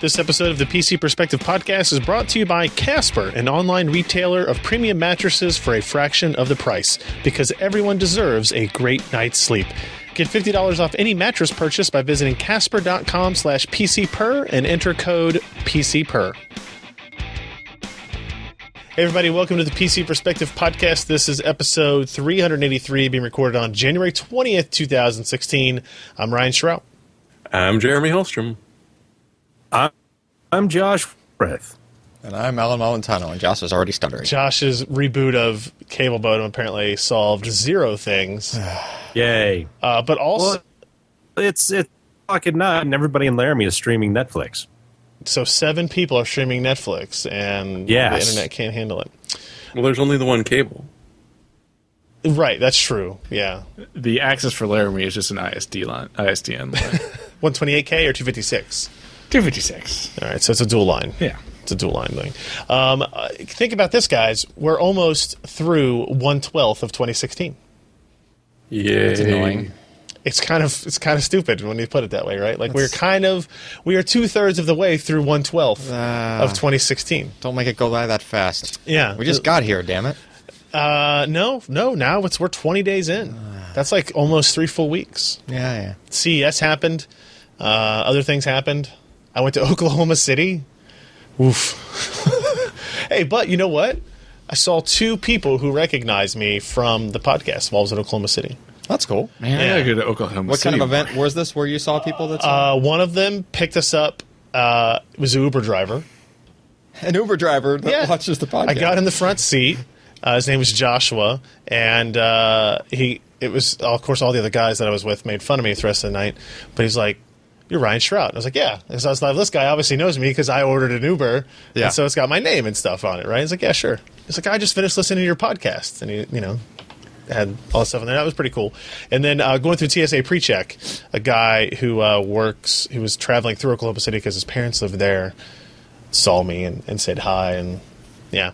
This episode of the PC Perspective Podcast is brought to you by Casper, an online retailer of premium mattresses for a fraction of the price, because everyone deserves a great night's sleep. Get $50 off any mattress purchase by visiting casper.com slash pcper and enter code PCPER. Hey everybody, welcome to the PC Perspective Podcast. This is episode 383 being recorded on January 20th, 2016. I'm Ryan Schrout. I'm Jeremy Hellstrom. I'm Josh Breath. And I'm Alan Molentano, and Josh is already stuttering. Josh's reboot of Cable Modem apparently solved zero things, Yay! uh, but also Well, it's it's fucking nine, and everybody in Laramie is streaming Netflix. so seven people are streaming Netflix, and Yes. the internet can't handle it. Well, there's only the one cable. Right, that's true. Yeah, the access for Laramie is just an ISD line, ISDN line. one twenty eight k or two fifty six. 256. All right, so it's a dual line. Yeah. It's a dual line thing. Um, uh, think about this, guys. We're almost through one twelfth of 2016. Yeah, It's annoying. It's kind of it's kind of stupid when you put it that way, right? Like we're kind of we are two thirds of the way through one twelfth Ah. of 2016. Uh, Don't make it go by that fast. Yeah. We just got here, damn it. Uh, no, no. Now it's we're 20 days in. That's like almost three full weeks. Yeah, yeah. CES happened. Uh, other things happened. I went to Oklahoma City. Oof. hey, but you know what? I saw two people who recognized me from the podcast while I was in Oklahoma City. That's cool. Man, I gotta go to Oklahoma. What City kind of more. event was this where you saw people that's Uh, one of them picked us up. Uh, it was an Uber driver. an Uber driver that yeah. watches the podcast? I got in the front seat. Uh, his name was Joshua, and uh, he. It was of course all the other guys that I was with made fun of me for the rest of the night, but he's like, "You're Ryan Shrout." I was like, "Yeah," because I was like, "This guy obviously knows me because I ordered an Uber, Yeah. and so it's got my name and stuff on it, right?" He's like, "Yeah, sure." He's like, "I just finished listening to your podcast," and he, you know, had all that stuff in there. That was pretty cool. And then uh, going through TSA pre-check, a guy who uh, works, who was traveling through Oklahoma City because his parents live there, saw me and, and said hi, and yeah,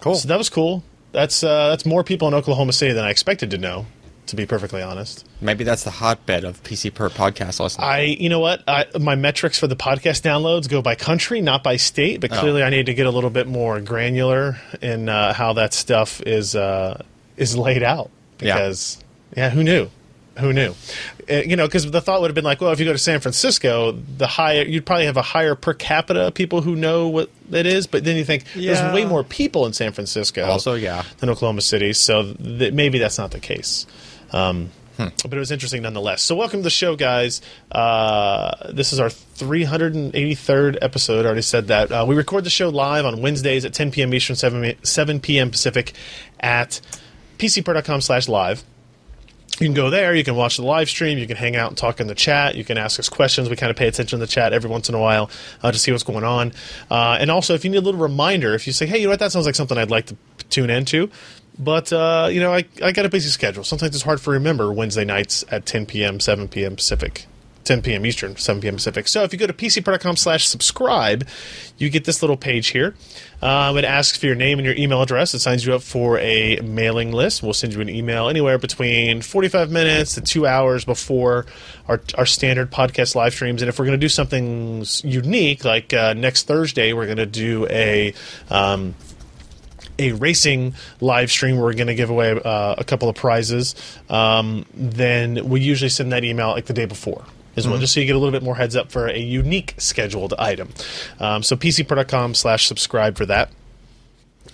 Cool. so that was cool. That's uh, that's more people in Oklahoma City than I expected to know. To be perfectly honest, Maybe that's the hotbed of PC Per podcast listening. I you know what I, my metrics for the podcast downloads go by country, not by state. Oh. But clearly, I need to get a little bit more granular in uh, how that stuff is uh, is laid out. Yeah. Because yeah, who knew? Who knew? Uh, you know, because the thought would have been like, well, if you go to San Francisco, the higher you'd probably have a higher per capita people who know what it is. But then you think Yeah. there's way more people in San Francisco. Also, yeah. than Oklahoma City. So th- maybe that's not the case. Um, Hmm. But it was interesting nonetheless. So welcome to the show, guys. Uh, this is our 383rd episode. I already said that. Uh, we record the show live on Wednesdays at 10 p.m. Eastern, 7, mi- 7 p.m. Pacific at pcpro.com slash live. You can go there. You can watch the live stream. You can hang out and talk in the chat. You can ask us questions. We kind of pay attention to the chat every once in a while uh, to see what's going on. Uh, and also, if you need a little reminder, if you say, "Hey, you know what? That sounds like something I'd like to tune into," but uh, you know, I I got a busy schedule. Sometimes it's hard for remember Wednesday nights at 10 p.m., 7 p.m. Pacific. 10 p.m. Eastern, 7 p.m. Pacific. So if you go to pcpro.com slash subscribe, you get this little page here. Um, it asks for your name and your email address. It signs you up for a mailing list. We'll send you an email anywhere between 45 minutes to two hours before our, our standard podcast live streams. And if we're going to do something s- unique, like uh, next Thursday, we're going to do a. Um, a racing live stream where we're going to give away uh, a couple of prizes, um, then we usually send that email like the day before as well, just so you get a little bit more heads up for a unique scheduled item. Um, so pcpro.com slash subscribe for that.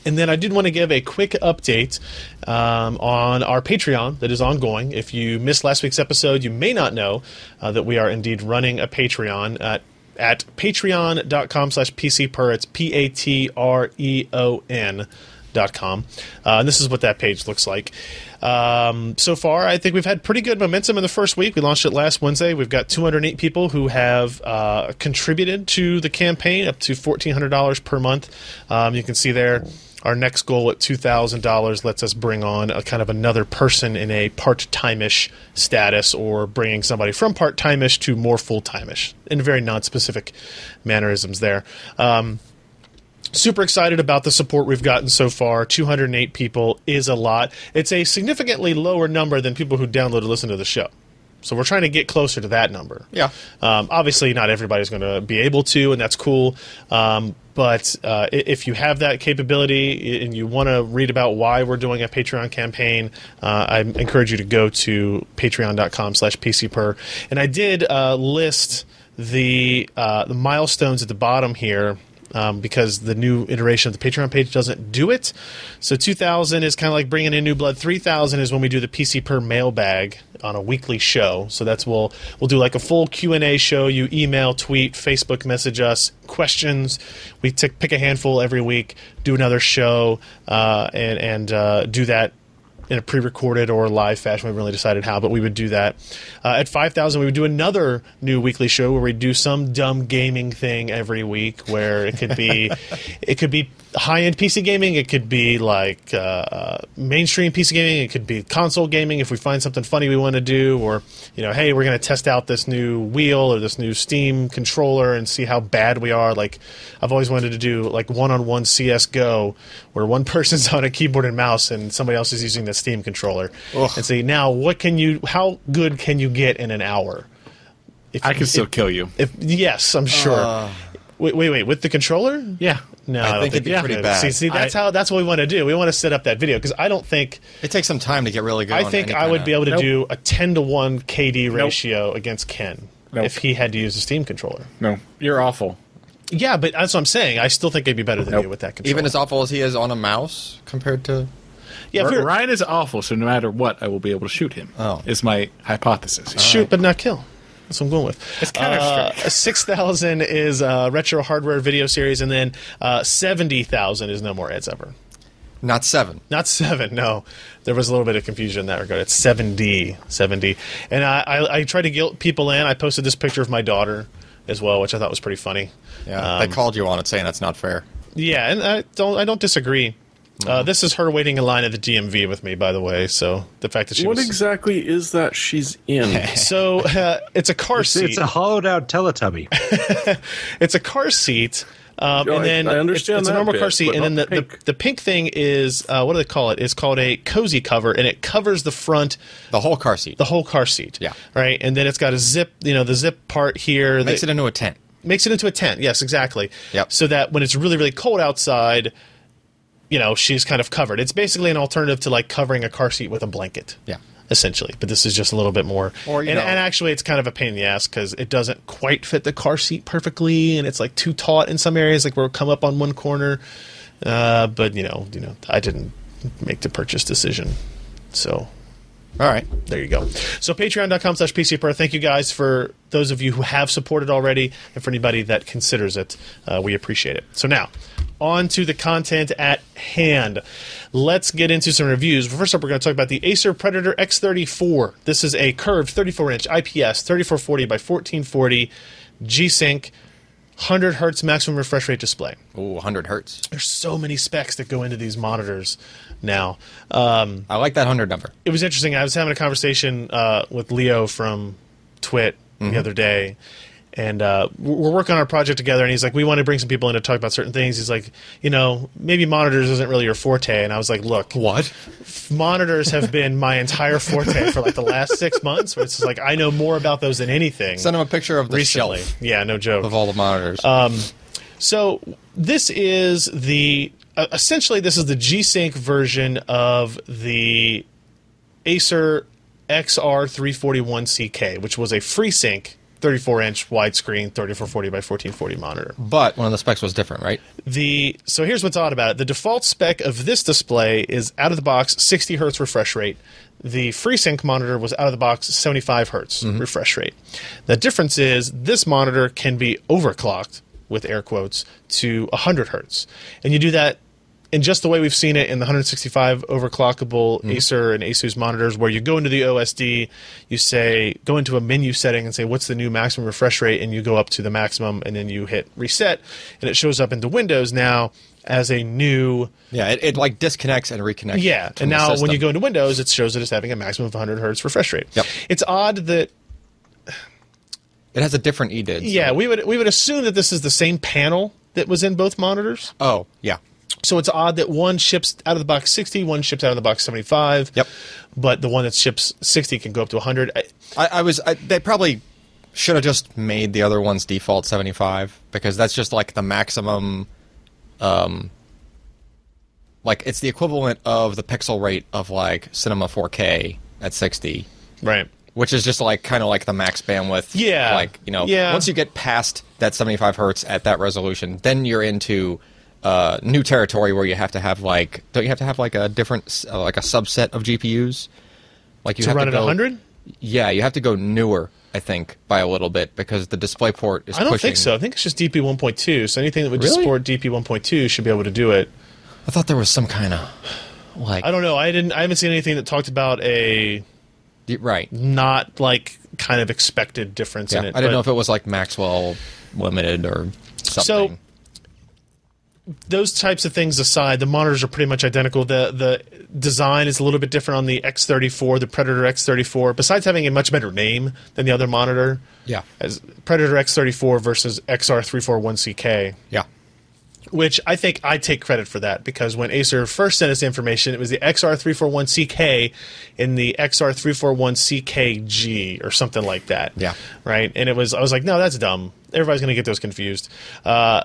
And then I did want to give a quick update um, on our Patreon that is ongoing. If you missed last week's episode, you may not know uh, that we are indeed running a Patreon at at patreon.com slash pcper. It's E P-A-T-R-E-O-N dot com. Uh, and this is what that page looks like. Um, so far, I think we've had pretty good momentum in the first week. We launched it last Wednesday. We've got 208 people who have uh, contributed to the campaign up to $1,400 per month. Um, you can see there our next goal at $2,000 lets us bring on a kind of another person in a part time ish status or bringing somebody from part time ish to more full time ish in very non specific mannerisms there. Um, super excited about the support we've gotten so far 208 people is a lot it's a significantly lower number than people who download and listen to the show So we're trying to get closer to that number. Yeah. Um, obviously, not everybody's going to be able to, and that's cool. Um, but uh, i- if you have that capability i- and you want to read about why we're doing a Patreon campaign, uh, I encourage you to go to patreon.com slash pcper. And I did uh, list the, uh, the milestones at the bottom here um, because the new iteration of the Patreon page doesn't do it. So 2000 is kind of like bringing in new blood. 3000 is when we do the PC per mailbag on a weekly show. So that's we'll we'll do like a full Q and A show. You email, tweet, Facebook message us questions. We tick, pick a handful every week, do another show, uh, and and uh, do that in a pre-recorded or live fashion. We haven't really decided how, but we would do that. Uh, at 5,000, we would do another new weekly show where we do some dumb gaming thing every week, where it could be, it could be high-end PC gaming, it could be like uh, uh, mainstream PC gaming, it could be console gaming. If we find something funny we want to do, or you know, hey, we're going to test out this new wheel or this new Steam controller and see how bad we are. Like, I've always wanted to do like one-on-one CS:GO, where one person's on a keyboard and mouse and somebody else is using the Steam controller, and see now what can you, how good can you get in an hour? If, I can still if, kill you. if yes, I'm sure. wait, wait, wait, with the controller? Yeah. No, Ah. I I, don't think think it'd be you pretty could. bad. See, see, that's how that's what we want to do. We want to set up that video because I don't think It takes some time to get really good. I on think any I would kinda- be able to Nope. do a ten to one KD ratio against Ken Nope. if he had to use a Steam controller. No, you're awful. Yeah, but that's what I'm saying. I still think I'd be better than Nope. you with that controller. Even as awful as he is on a mouse compared to. yeah, if R- you're- Ryan is awful, so no matter what, I will be able to shoot him. Oh. is my hypothesis. shoot but not kill. That's what I'm going with. It's Six thousand is uh, retro hardware video series, and then uh, seventy thousand is no more ads ever. Not seven. Not seven, no. There was a little bit of confusion in that regard. It's 7D, 7D. And I, I, I tried to guilt people in. I posted this picture of my daughter as well, which I thought was pretty funny. Yeah. Um, they called you on it saying that's not fair. Yeah, and I don't, I don't disagree. Mm-hmm. Uh, this is her waiting in line at the DMV with me, by the way. So the fact that she What was exactly is that she's in? so uh, it's a car It's, seat. it's a hollowed out Teletubby. it's a car seat. Um, Yeah, and I- then I understand it's, it's a that normal bit, car seat, but and then the, not the, pink. the pink thing is uh, what do they call it? It's called a cozy cover, and it covers the front The whole car seat the whole car seat. Yeah. Right. And then it's got a zip, you know, the zip part here makes that it into a tent. makes it into a tent. Yes, exactly. Yep. So that when it's really, really cold outside, you know, she's kind of covered. It's basically an alternative to like covering a car seat with a blanket. Yeah. Essentially, but this is just a little bit more. Or, you and, know- and actually, it's kind of a pain in the ass because it doesn't quite fit the car seat perfectly, and it's like too taut in some areas. Like we'll come up on one corner, uh, but you know, you know, I didn't make the purchase decision, so All right. there you go. So patreon.com slash PCPR. Thank you guys for those of you who have supported already and for anybody that considers it. Uh, we appreciate it. So now, on to the content at hand. Let's get into some reviews. First up, we're going to talk about the Acer Predator X34. This is a curved 34-inch IPS 3440 by 1440 G-Sync 100 hertz maximum refresh rate display Ooh, 100 hertz. there's so many specs that go into these monitors now um, I like that 100 number. it was interesting. I was having a conversation uh, with Leo from Twit Mm-hmm. the other day, and uh, we're we're working on our project together. And he's like, "We want to bring some people in to talk about certain things." He's like, "You know, maybe monitors isn't really your forte." And I was like, "Look, What? monitors have been my entire forte for like the last six months. Where it's just like I know more about those than anything." Send him a picture of the recently, shelf yeah, no joke. of all the monitors. So this is the uh, essentially this is the G-Sync version of the Acer XR341CK, which was a FreeSync 34-inch widescreen 3440 by 1440 monitor. but one of the specs was different, right? The so here's what's odd about it. The default spec of this display is out of the box 60 hertz refresh rate. The FreeSync monitor was out of the box 75 hertz refresh rate. The difference is this monitor can be overclocked with air quotes to 100 hertz, and you do that in just the way we've seen it in the 165 overclockable Mm-hmm. Acer and Asus monitors, where you go into the OSD, you say, go into a menu setting and say, what's the new maximum refresh rate? And you go up to the maximum and then you hit reset. And it shows up into Windows now as a new. Yeah, it, it like disconnects and reconnects. Yeah. from And the now when you system. go into Windows, it shows it as having a maximum of 100 hertz refresh rate. Yep. It's odd that it has a different EDID. so- yeah, we would we would assume that this is the same panel that was in both monitors. Oh, yeah. So it's odd that one ships out of the box 60, one ships out of the box 75. Yep. But the one that ships 60 can go up to 100. I, I, I was. I, they probably should have just made the other one's default 75 because that's just like the maximum. Um, like it's the equivalent of the pixel rate of like Cinema 4K at 60, right. which is just like kind of like the max bandwidth. Yeah. Like you know, Yeah. once you get past that 75 hertz at that resolution, then you're into uh, new territory where you have to have like don't you have to have like a different s- uh, like a subset of GPUs? Like you To have run to at go, 100? yeah, you have to go newer, I think, by a little bit because the display port is I don't pushing. think so. I think it's just DP 1.2. So anything that would just Really? support DP 1.2 should be able to do it. I thought there was some kind of like I don't know. I didn't. I haven't seen anything that talked about a y- right. Yeah, not like kind of expected difference I in it. didn't know but- if it was like Maxwell limited or something. those types of things aside, the monitors are pretty much identical. The the design is a little bit different on the X34, the Predator X34. Besides having a much better name than the other monitor, yeah, as Predator X34 versus XR341CK, yeah, which I think I take credit for that because when Acer first sent us information, it was the XR341CK and the XR341CKG or something like that. Yeah. Right. And it was, I was like, no, that's dumb. Everybody's going to get those confused. Uh,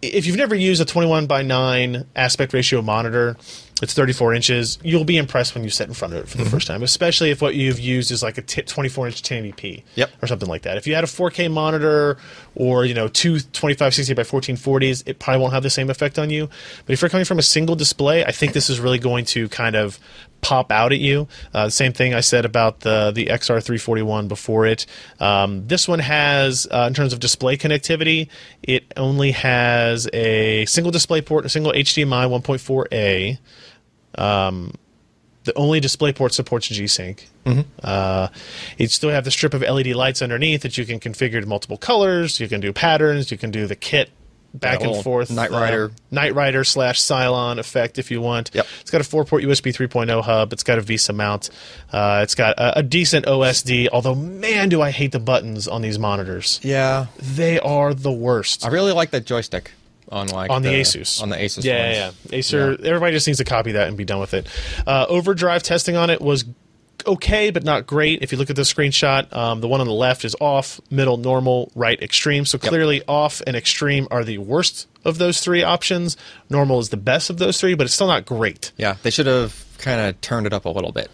if you've never used a 21 by 9 aspect ratio monitor, it's 34 inches. You'll be impressed when you sit in front of it for Mm-hmm. the first time, especially if what you've used is like a t- E 24 inch 1080p Yep. or something like that. If you had a 4K monitor or you know two 2560 by 1440s, it probably won't have the same effect on you. But if you're coming from a single display, I think this is really going to kind of pop out at you. Uh, the same thing I said about the the XR341 before it. Um, this one has, uh, in terms of display connectivity, it only has a single display port, a single HDMI 1.4a the only DisplayPort supports G-Sync. Mm-hmm. Uh, you still have the strip of LED lights underneath that you can configure to multiple colors. You can do patterns. You can do the kit back That and little forth. uh, Knight Rider. Knight Rider slash Cylon effect if you want. Yep. It's got a four-port USB 3.0 hub. It's got a Visa mount. Uh, it's got a, a decent OSD, although, man, do I hate the buttons on these monitors. yeah. They are the worst. I really like that joystick on like on the, Asus. on the Asus. Yeah, ones. yeah, yeah. Acer. Everybody just needs to copy that and be done with it. Uh, overdrive testing on it was okay, but not great. If you look at the screenshot, um, the one on the left is off, middle normal, right extreme. So clearly, off and extreme are the worst of those three options. Normal is the best of those three, but it's still not great. yeah. They should have kind of turned it up a little bit.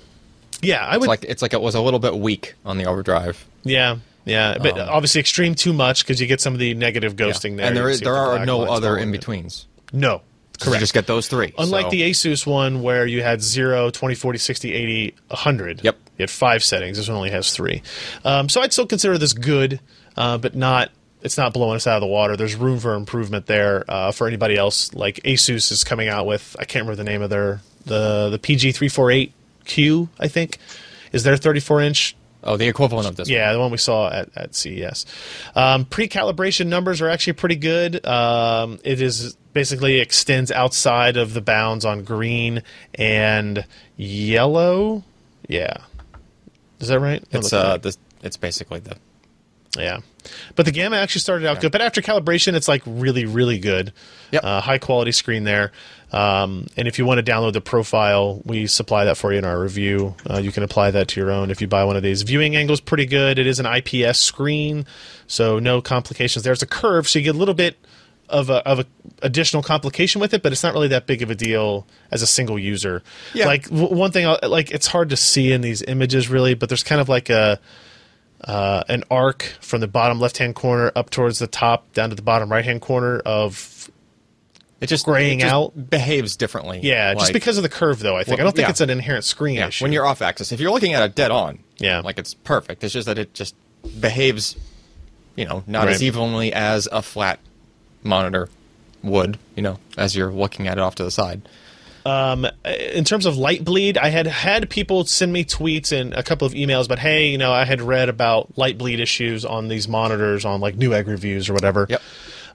Yeah, I It's would. like it's like it was a little bit weak on the overdrive. yeah. Yeah, but obviously extreme too much because you get some of the negative Um, Yeah. ghosting there. and there You is, see if there the are black no line's other following it. in betwens. No, You correct. just get those three. Unlike so- the Asus one where you had 0, 20, 40, 60, 80, 100. Yep. You had five settings. This one only has three. Um, so I'd still consider this good, uh, but not. It's not blowing us out of the water. There's room for improvement there uh, for anybody else. Like Asus is coming out with, I can't remember the name of their the the PG348Q, I think, is their 34 inch oh the equivalent of this. yeah, the one we saw at, at CES. Um, Pre calibration numbers are actually pretty good. Um, it is basically extends outside of the bounds on green and yellow. Yeah. Is that right? It's uh, this, it's basically the yeah. But the gamma actually started out good. But after calibration, it's like really, really good. Yep. Uh, high quality screen there. Um, and if you want to download the profile, we supply that for you in our review. Uh, you can apply that to your own if you buy one of these. Viewing angle's pretty good. It is an IPS screen, so no complications. There's a curve, so you get a little bit of a, of a additional complication with it, but it's not really that big of a deal as a single user. Yeah. Like w- one thing, I'll, like it's hard to see in these images really, but there's kind of like a uh, an arc from the bottom left hand corner up towards the top down to the bottom right hand corner of it just Graying it just out? behaves differently. yeah just Like, because of the curve though i think i Well, don't think yeah. it's an inherent screen yeah, issue when you're off axis, if you're looking at it dead on, Yeah. like it's perfect. It's just that it just behaves, you know, not Right. as evenly as a flat monitor would, you know, as you're looking at it off to the side. Uh, in terms of light bleed, I had had people send me tweets and a couple of emails, but hey, you know, I had read about light bleed issues on these monitors on like Newegg reviews or whatever. Yep.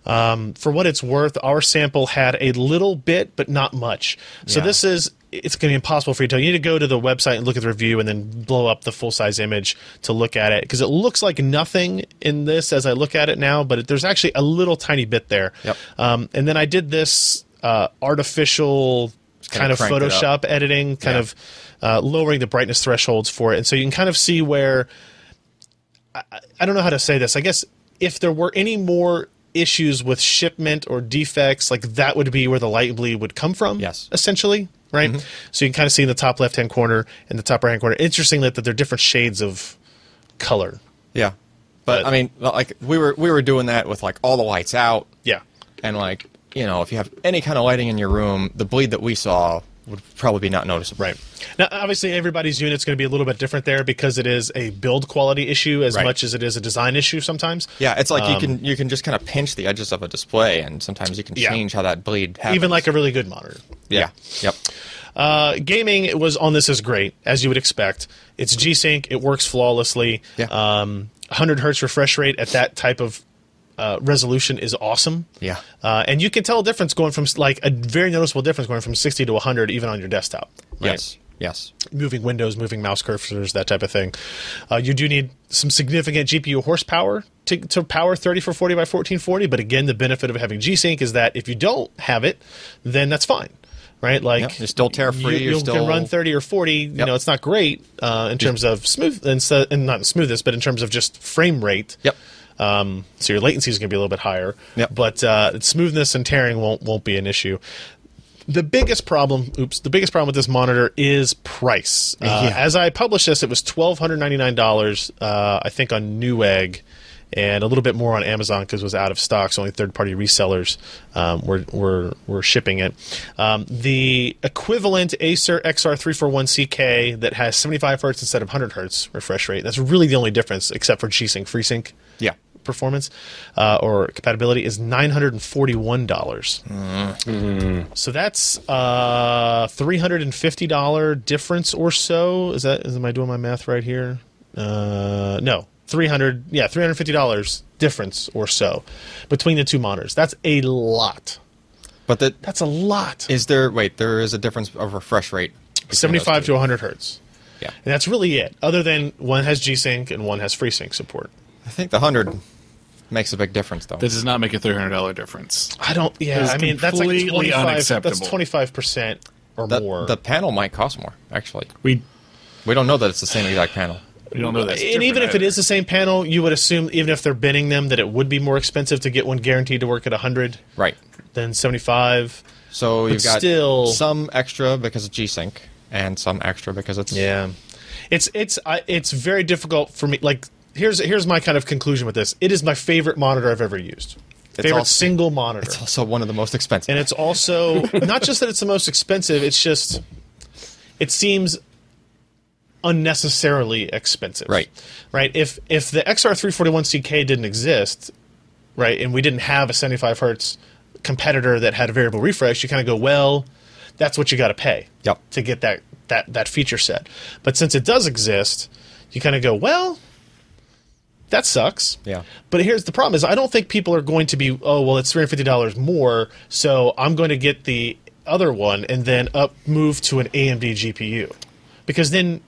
Um, for what it's worth, our sample had a little bit, but not much. So Yeah. this is it's going to be impossible for you to. You need to go to the website and look at the review, and then blow up the full size image to look at it because it looks like nothing in this as I look at it now, but it, there's actually a little tiny bit there. Yep. Um, and then I did this. uh, artificial kind kinda of cranked it up. Photoshop editing, kind Yeah. of uh, lowering the brightness thresholds for it. And so you can kind of see where I don't know how to say this. I guess if there were any more issues with shipment or defects, like that would be where the light bleed would come from. Yes. Mm-hmm. Essentially, right? So you can kind of see in the top left hand corner and the top right hand corner. Interesting that, that they're different shades of color. Yeah, but, But- I mean, like we were we were doing that with like all the lights out, Yeah. and like you know if you have any kind of lighting in your room, the bleed that we saw would probably be not noticeable. Right. Now, obviously, everybody's unit's going to be a little bit different there because it is a build quality issue as Right. much as it is a design issue sometimes. Yeah, it's Um, like you can you can just kind of pinch the edges of a display, and sometimes you can Yeah. change how that bleed happens. Even like a really good monitor. yeah, yep, Uh, gaming was on this is great as you would expect. It's G Sync. It works flawlessly. Yeah. Um, 100 hertz refresh rate at that type of uh, resolution is awesome. Yeah. Uh, and you can tell a difference going from s- like a very noticeable difference going from 60 to 100 even on your desktop. right? yes, yes, Moving windows, moving mouse cursors, that type of thing. Uh, you do need some significant GPU horsepower to, to power 30 for 40 by 1440. But again, the benefit of having G Sync is that if you don't have it, then that's fine. Right, like Yep, you're still tear-free, You, you're you can still- run 30 or 40 you Yep. know it's not great uh, in terms of smooth and, so, and not smoothness but in terms of just frame rate yep. um, so your latency is going to be a little bit higher Yep. but uh, smoothness and tearing won't won't be an issue the biggest problem oops the biggest problem with this monitor is price uh, Yeah. as i published this it was $1299 uh, i think on newegg and a little bit more on Amazon because it was out of stock. So only third-party resellers um, were, were were shipping it. Um, the equivalent Acer XR341CK that has 75 hertz instead of 100 hertz refresh rate. That's really the only difference, except for G-Sync FreeSync Yeah. performance uh, or compatibility is nine hundred and forty-one dollars. Mm-hmm. So that's uh, three hundred and fifty dollar difference or so. Is that? Is, am I doing my math right here? Uh, no, three hundred. Yeah, three hundred fifty dollars difference or so between the two monitors. That's a lot. But the, That's a lot. is there wait there is a difference of refresh rate between those Seventy-five two. to one hundred hertz. yeah. And that's really it. Other than one has G Sync and one has FreeSync support. I think the hundred makes a big difference though. That does not make a three hundred dollar difference. I don't. Yeah, It's I mean that's like completely twenty-five. That's unacceptable. twenty-five percent or The, more. the panel might cost more actually. We We don't know that it's the same exact panel. we don't know that. and even if it is the same panel, you would assume even if they're binning them that it would be more expensive to get one guaranteed to work at 100 Right. than 75. So you've got still- some extra because of G Sync and some extra because it's It's it's I, it's very difficult for me like here's here's my kind of conclusion with this. It is my favorite monitor I've ever used. favorite also- single monitor. it's also one of the most expensive. and it's also not just that it's the most expensive, it's just it seems unnecessarily expensive. Right. Right. If if the XR341CK didn't exist, right, and we didn't have a 75 hertz competitor that had a variable refresh, you kind of go, well, that's what you got to pay Yep. to get that that that feature set. But since it does exist, you kind of go, well, that sucks. Yeah. But here's the problem: is I don't think people are going to be, oh, well, it's three hundred fifty dollars more, so I'm going to get the other one and then up move to an AMD GPU, because then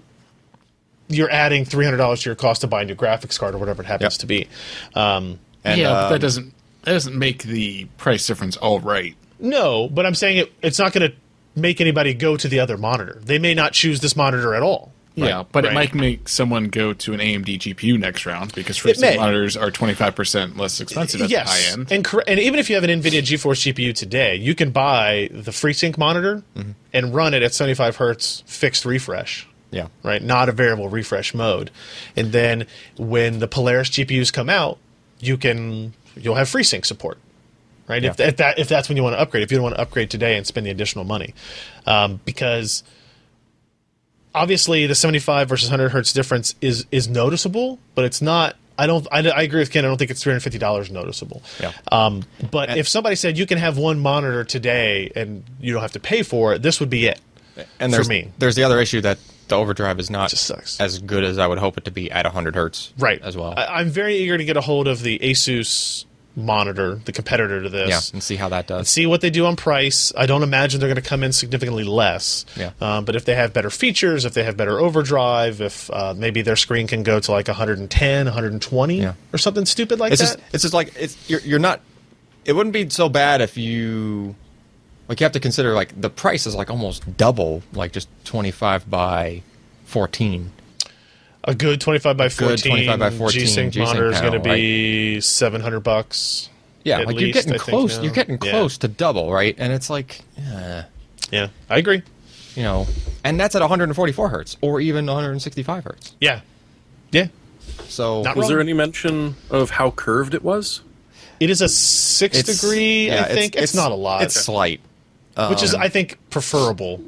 you're adding three hundred dollars to your cost to buy a new graphics card or whatever it happens Yep. to be. Um, And, yeah, but um, that doesn't that doesn't make the price difference all right. No, but I'm saying it, it's not going to make anybody go to the other monitor. They may not choose this monitor at all. Yeah, but right. it might make someone go to an AMD GPU next round because may. freestyle monitors are twenty five percent less expensive at yes, the high end. and cor- and even if you have an NVIDIA GeForce GPU today, you can buy the FreeSync monitor and run it at 75 hertz fixed refresh. yeah. right? Not a variable refresh mode. And then when the Polaris GPUs come out, you can you'll have FreeSync support, right? If, Yeah. if that if that's when you want to upgrade, if you don't want to upgrade today and spend the additional money, um, because obviously the 75 versus 100 hertz difference is is noticeable, but it's not. I don't. I, I agree with Ken. I don't think it's three hundred fifty dollars noticeable. Yeah. Um, but if somebody said you can have one monitor today and you don't have to pay for it, this would be it. And for there's, me. there's the other issue that the overdrive is not Just sucks. as good as I would hope it to be at 100 hertz. right As well. I, i'm very eager to get a hold of the asus monitor the competitor to yeah. this And see how that does. see what they do on price i don't imagine they're going to come in significantly less Yeah. um, but if they have better features if they have better overdrive if uh, maybe their screen can go to like 110 120 Yeah. or something stupid like it's that just it's just like it's you're, you're not. It wouldn't be so bad if you Like you have to consider like the price is like almost double, like just twenty five by fourteen. A good 25 by 14, 25 by 14 G-Sync G-Sync monitor is going to panel, be 700 bucks. Yeah, at like least, you're getting I think, close. now. You're getting Yeah. close to double, right? And it's like, eh, Yeah, I agree. you know, and that's at 144 hertz or even 165 hertz. Yeah, yeah. So Not Was wrong. there any mention of how curved it was? It is a six It's- degree. yeah, I think it's, not a lot, It's slight. which Um, is I think preferable.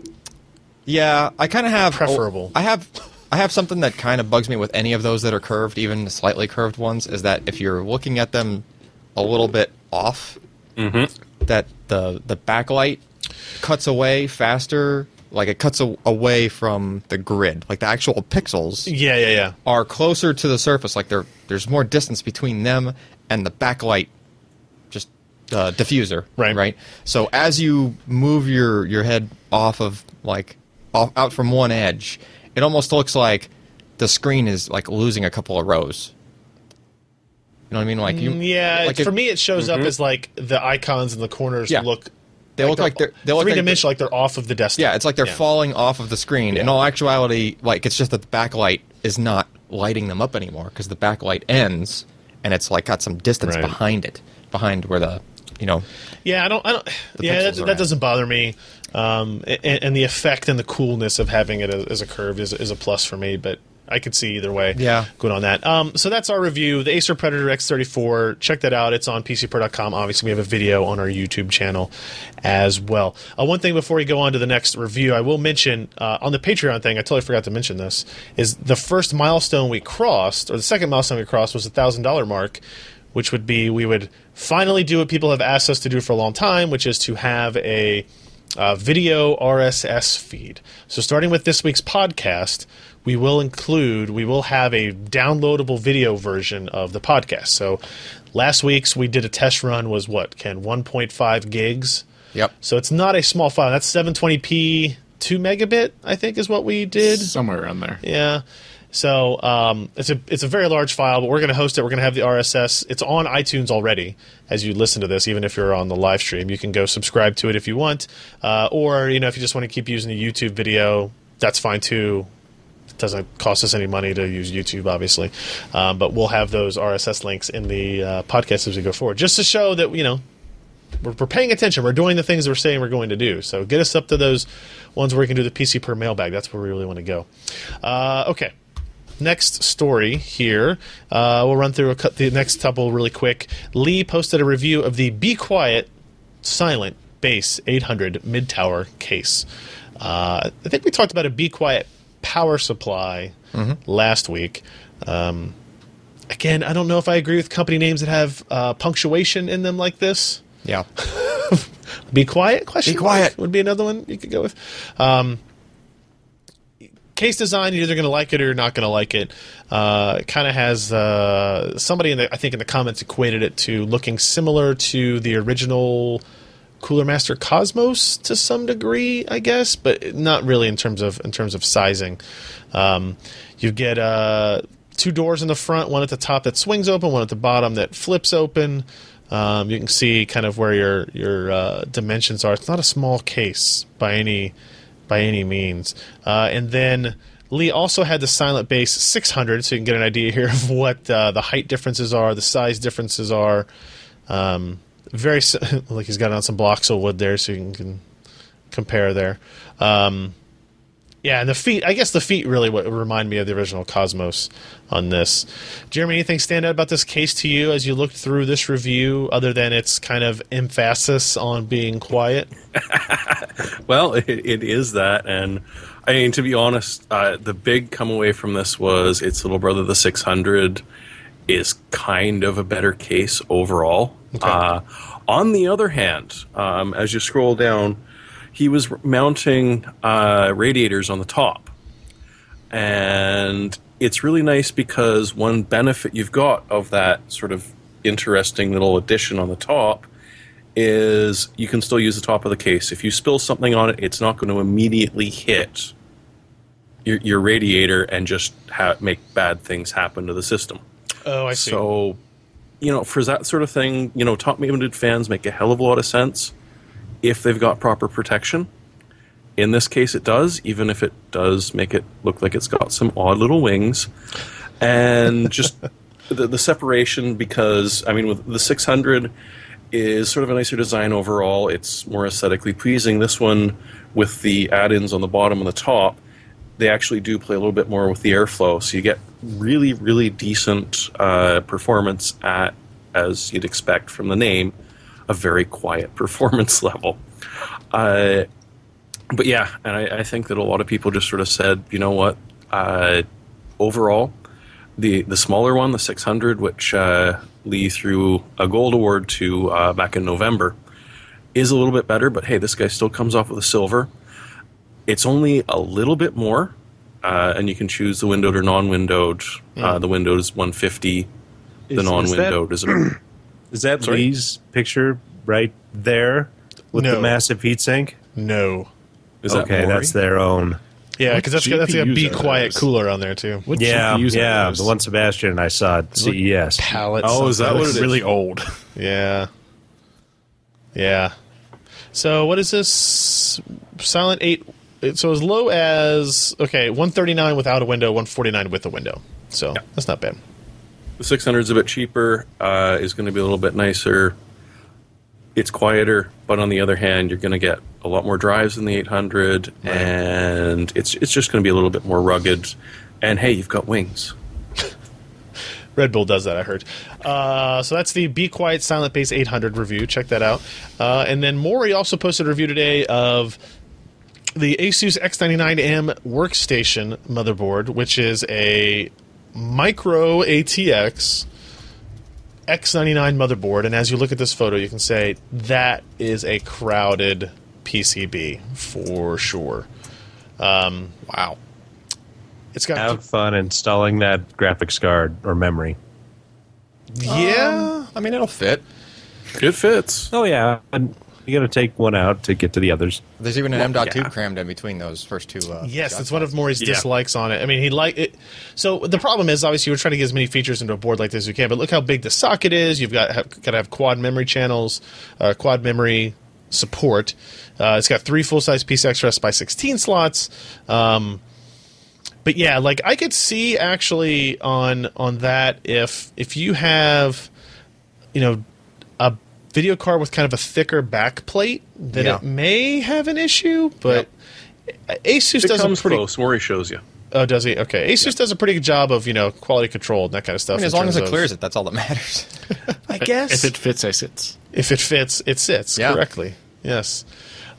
Yeah, I kind of have Preferable. I have I have something that kind of bugs me with any of those that are curved, even the slightly curved ones, is that if you're looking at them a little bit off, that the the backlight cuts away faster, like it cuts a- away from the grid, like the actual pixels Yeah, yeah, yeah. are closer to the surface, like there there's more distance between them and the backlight just uh, diffuser, Right. Right. So as you move your your head off of like off, out from one edge, it almost looks like the screen is like losing a couple of rows. You know what I mean? Like you, Mm, Yeah, like it- if- for me it shows up as like the icons in the corners Yeah. look. They look like they're- they look like three they're- dimensional, like they're off of the desktop. Yeah, it's like they're falling off of the screen. In all actuality, like it's just that the backlight is not lighting them up anymore because the backlight ends and it's like got some distance Right. behind it, behind where the you know. Yeah, I don't. I don't. Yeah, that, pixels are that at. doesn't bother me. Um, a- and, and the effect and the coolness of having it as, as a curve is, is a plus for me. But I could see either way. Yeah. Good on that. Um, so that's our review. The Acer Predator X34. Check that out. It's on PCPro.com. Obviously, we have a video on our YouTube channel as well. Uh, one thing before we go on to the next review, I will mention uh, on the Patreon thing. I totally forgot to mention this. Is the first milestone we crossed, or the second milestone we crossed, was the thousand dollar mark which would be we would finally do what people have asked us to do for a long time, which is to have a uh, video RSS feed. So, starting with this week's podcast, we will include, we will have a downloadable video version of the podcast. So, last week's we did a test run was what, Ken? 1.5 gigs. Yep. So, it's not a small file. That's 720p, 2 megabit, I think, is what we did. somewhere around there. Yeah. So um, it's a it's a very large file, but we're going to host it. We're going to have the RSS. It's on iTunes already. As you listen to this, even if you're on the live stream, you can go subscribe to it if you want, uh, or you know if you just want to keep using the YouTube video, that's fine too. It doesn't cost us any money to use YouTube, obviously, um, but we'll have those RSS links in the uh, podcast as we go forward, just to show that you know we're, we're paying attention. We're doing the things we're saying we're going to do. So get us up to those ones where we can do the PC per mailbag. That's where we really want to go. Uh, okay. Next story here. Uh, we'll run through a, cou- the next couple really quick. Lee posted a review of the Be Quiet Silent Base 800 Mid Tower case. Uh, I think we talked about a Be Quiet power supply last week. Um, again, I don't know if I agree with company names that have uh, punctuation in them like this. Yeah. Be quiet. Question. Be quiet. mark would be another one you could go with. Um, case design. You're either going to like it or you're not going to like it. Uh, it kind of has uh, somebody in the I think in the comments equated it to looking similar to the original Cooler Master Cosmos to some degree, I guess, but not really in terms of in terms of sizing. Um, you get uh, two doors in the front, one at the top that swings open, one at the bottom that flips open. Um, you can see kind of where your your uh, dimensions are. It's not a small case by any by any means. Uh, and then Lee also had the Silent Base 600, so you can get an idea here of what uh, the height differences are, the size differences are. Um, very si- like he's got on some blocks of wood there, so you can, can compare there. Um, yeah, and the feet. I guess the feet really what remind me of the original Cosmos on this. Jeremy, anything stand out about this case to you as you looked through this review, other than its kind of emphasis on being quiet? Well, it, it is that, and I mean to be honest, uh, the big come away from this was its little brother, the 600, is kind of a better case overall. Uh, on the other hand, um, as you scroll down, he was mounting uh, radiators on the top, and it's really nice because one benefit you've got of that sort of interesting little addition on the top is you can still use the top of the case. If you spill something on it, it's not going to immediately hit your, your radiator and just ha- make bad things happen to the system. Oh, I see. So, you know, for that sort of thing, you know, top mounted fans make a hell of a lot of sense. if they've got proper protection. In this case, it does, even if it does make it look like it's got some odd little wings. And just the, the separation, because, I mean, with the 600 is sort of a nicer design overall. It's more aesthetically pleasing. This one, with the add ins on the bottom and the top, they actually do play a little bit more with the airflow. So you get really, really decent uh, performance at, as you'd expect from the name, a very quiet performance level. Uh, but yeah, and I, I think that a lot of people just sort of said, you know what, uh, overall, the the smaller one, the 600, which uh, Lee threw a gold award to uh, back in November, is a little bit better. But hey, this guy still comes off with a silver. It's only a little bit more, uh, and you can choose the windowed or non-windowed. Uh, the windowed is 150. The Is- is that- non-windowed is about Is that Sorry? Lee's picture right there with No. the massive heatsink? No. Is that Okay, Maury? that's their own. Yeah, because that's got- that's got a GPUs be are quiet those? cooler on there too. What Yeah, GPUs are yeah, those? the one Sebastian and I saw at CES. Palette. Oh, is that something. what it It's is? really old. Yeah. Yeah. So what is this? Silent 8. it- So as low as, okay, 139 without a window, 149 with a window. So that's not bad. The 600 is a bit cheaper, uh, is going to be a little bit nicer. It's quieter, but on the other hand, you're going to get a lot more drives than the 800, and it's it's just going to be a little bit more rugged. And hey, you've got wings. Red Bull does that, I heard. Uh, so that's the Be Quiet Silent Base 800 review. Check that out. Uh, and then Maury also posted a review today of the Asus X99M workstation motherboard, which is a micro ATX X99 motherboard. And as you look at this photo, you can say that is a crowded PCB for sure. Um, Wow. It's got Have fun installing that graphics card or memory. yeah. I mean, it'll fit. It fits. Oh yeah, and you got to take one out to get to the others. There's even an M.2 two yeah. crammed in between those first two. Uh, Yes, it's shots. one of Maury's Yeah. dislikes on it. I mean, he like it. So the problem is obviously we're trying to get as many features into a board like this as we can. But look how big the socket is. You've got have, got to have quad memory channels, uh, quad memory support. Uh, it's got three full size PCI by sixteen slots. Um, but yeah, like I could see actually on on that if if you have, you know, a video card with kind of a thicker back plate, then Yeah. it may have an issue. But Asus It does a comes pretty close. Maury shows you. Oh, does he? Okay. Asus does a pretty good job of you know quality control and that kind of stuff. I mean, as in long as terms it of- clears it, that's all that matters. I guess If it fits, I sits. if it fits, it sits Yeah. correctly. Yes.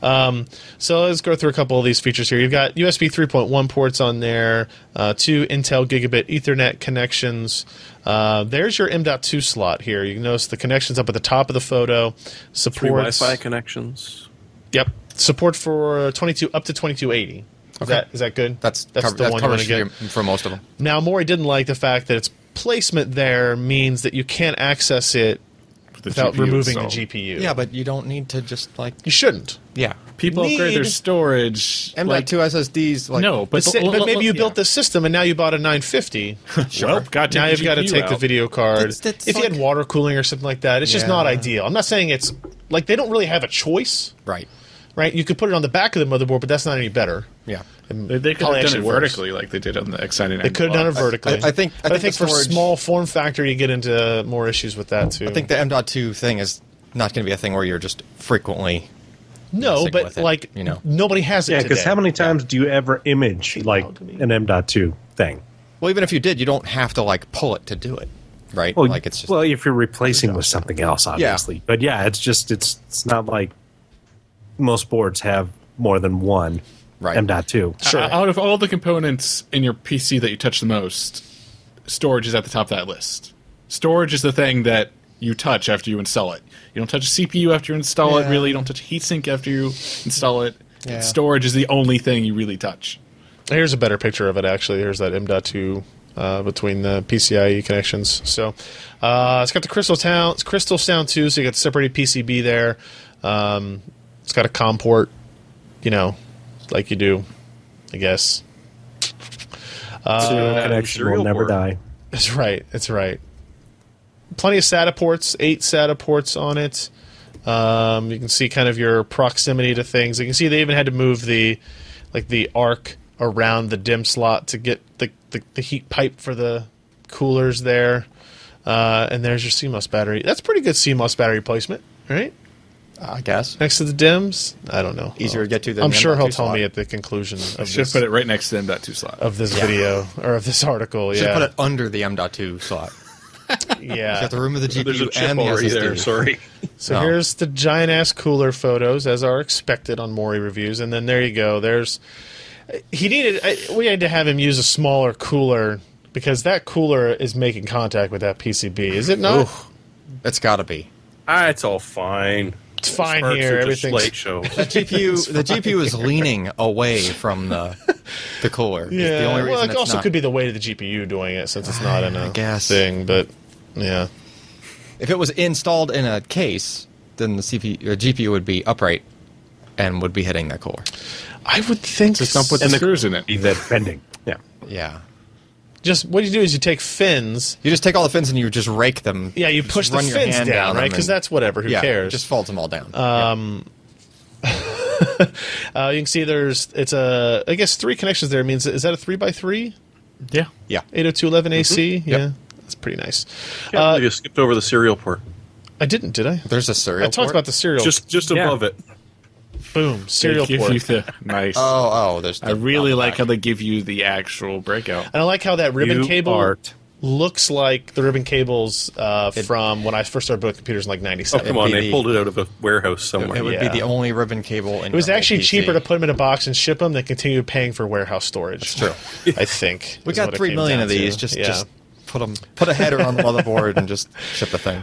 Um, so let's go through a couple of these features here. You've got USB 3.1 ports on there, uh, two Intel gigabit Ethernet connections. Uh, there's your M.2 slot here. You can notice the connections up at the top of the photo. Three Support Wi-Fi connections. Yep. Support for 22 up to 2280. Is that is that good? That's that's cover- the that one you want covers to get. you for most of them. Now, Maury didn't like the fact that its placement there means that you can't access it The without GPU removing installed. the GPU. Yeah, but you don't need to just like you shouldn't. yeah. People upgrade their Need- storage. M.2 like- two SSDs. Like, No, But, but, si- but maybe you built the this system and now you bought a 950. Well, gotta now take you've the got to GPU take the out. video card. That's- that's if you had like- water cooling or something like that, it's just Yeah. not ideal. I'm not saying it's like they don't really have a choice, right. right? You could put it on the back of the motherboard, but that's not any better. Yeah. They, they could Probably have done actually it worse. vertically, like they did on the X99. They could have done it vertically. I- I think- I But I think, think the for storage- small form factor, you get into more issues with that too. I think the M.2 thing is not going to be a thing where you're just frequently. no, messing but with it, like you know. nobody has it. Yeah, because today. how many times do you ever image like loud to me. an M. two thing? Well, even if you did, you don't have to like pull it to do it, right? Well, like it's just well, if you're replacing with something else, obviously. But yeah, it's just it's it's not like most boards have more than one Right. M. two. Sure. Out of all the components in your PC that you touch the most, storage is at the top of that list. Storage is the thing that you touch after you install it. You don't touch a CPU after you install Yeah. it, really. You don't touch a heatsink after you install it. Yeah. Storage is the only thing you really touch. Here's a better picture of it, actually. Here's that M.2 uh, between the PCIe E connections. So uh, it's got the Crystal, Town, it's Crystal Sound 2, so you got the separated PCB there. Um, it's got a COM port, you know, like you do, I guess. Serial Uh, connection will serial never board. die. That's right. That's right. Plenty of SATA ports, eight SATA ports on it. Um, you can see kind of your proximity to things. You can see they even had to move the like the arc around the dim slot to get the, the, the heat pipe for the coolers there. Uh, and there's your CMOS battery. That's pretty good CMOS battery placement, right? I guess. Next to the dims, I don't know. Easier to get to than I'm the sure M.2 he'll tell slot. me at the conclusion of Should this, put it right next to the M.2 slot. of this video or of this article. Should yeah, put it under the M.2 slot. yeah. Got the room of the There's a GPU chip and the already SSD. there. Sorry. So No. here's the giant ass cooler photos, as are expected on Mori reviews, and then there you go. There's he needed. I, we had to have him use a smaller cooler because that cooler is making contact with that PCB. Is it not? It's got to be. Ah, it's all fine. it's fine Sparks here. are just Everything's late show. GPU, the GPU is leaning away from the the cooler. It's yeah. the only reason well, it it's also not. could be the weight of the GPU doing it since it's not in I a guess. thing. But yeah, If it was installed in a case, then the CPU, or GPU would be upright and would be hitting that core. I would think. Just don't put the and screws in it. Be that bending. Yeah. Yeah. just what you do is you take fins. You just take all the fins and you just rake them. Yeah, you Just push the run your fins down, hand right? 'Cause down right? them Because and- that's whatever. Who yeah, cares? Just folds them all down. Uh, you can see there's it's a I guess three connections there means is that a three by three Yeah. yeah. eight hundred two eleven AC yeah that's pretty nice. Yeah, Uh, you skipped over the serial port. I didn't did I? There's a I serial. talked port. about the serial Just just Yeah. above it. boom serial They give port. you the- nice. Oh, oh, there's. The I really out like how back. they give you the actual breakout. and I like how that ribbon You cable art. looks like the ribbon cables uh, from when I first started building computers in like ninety Oh, seven. come on. NPD. They pulled it out of a warehouse It somewhere. would yeah. be the only ribbon cable. In It was your whole actually PC. cheaper to put them in a box and ship them than continue paying for warehouse storage. true. I think We is got what it three came million down of these. to. Just, Yeah. just put 'em- put a header on the motherboard and just ship the thing.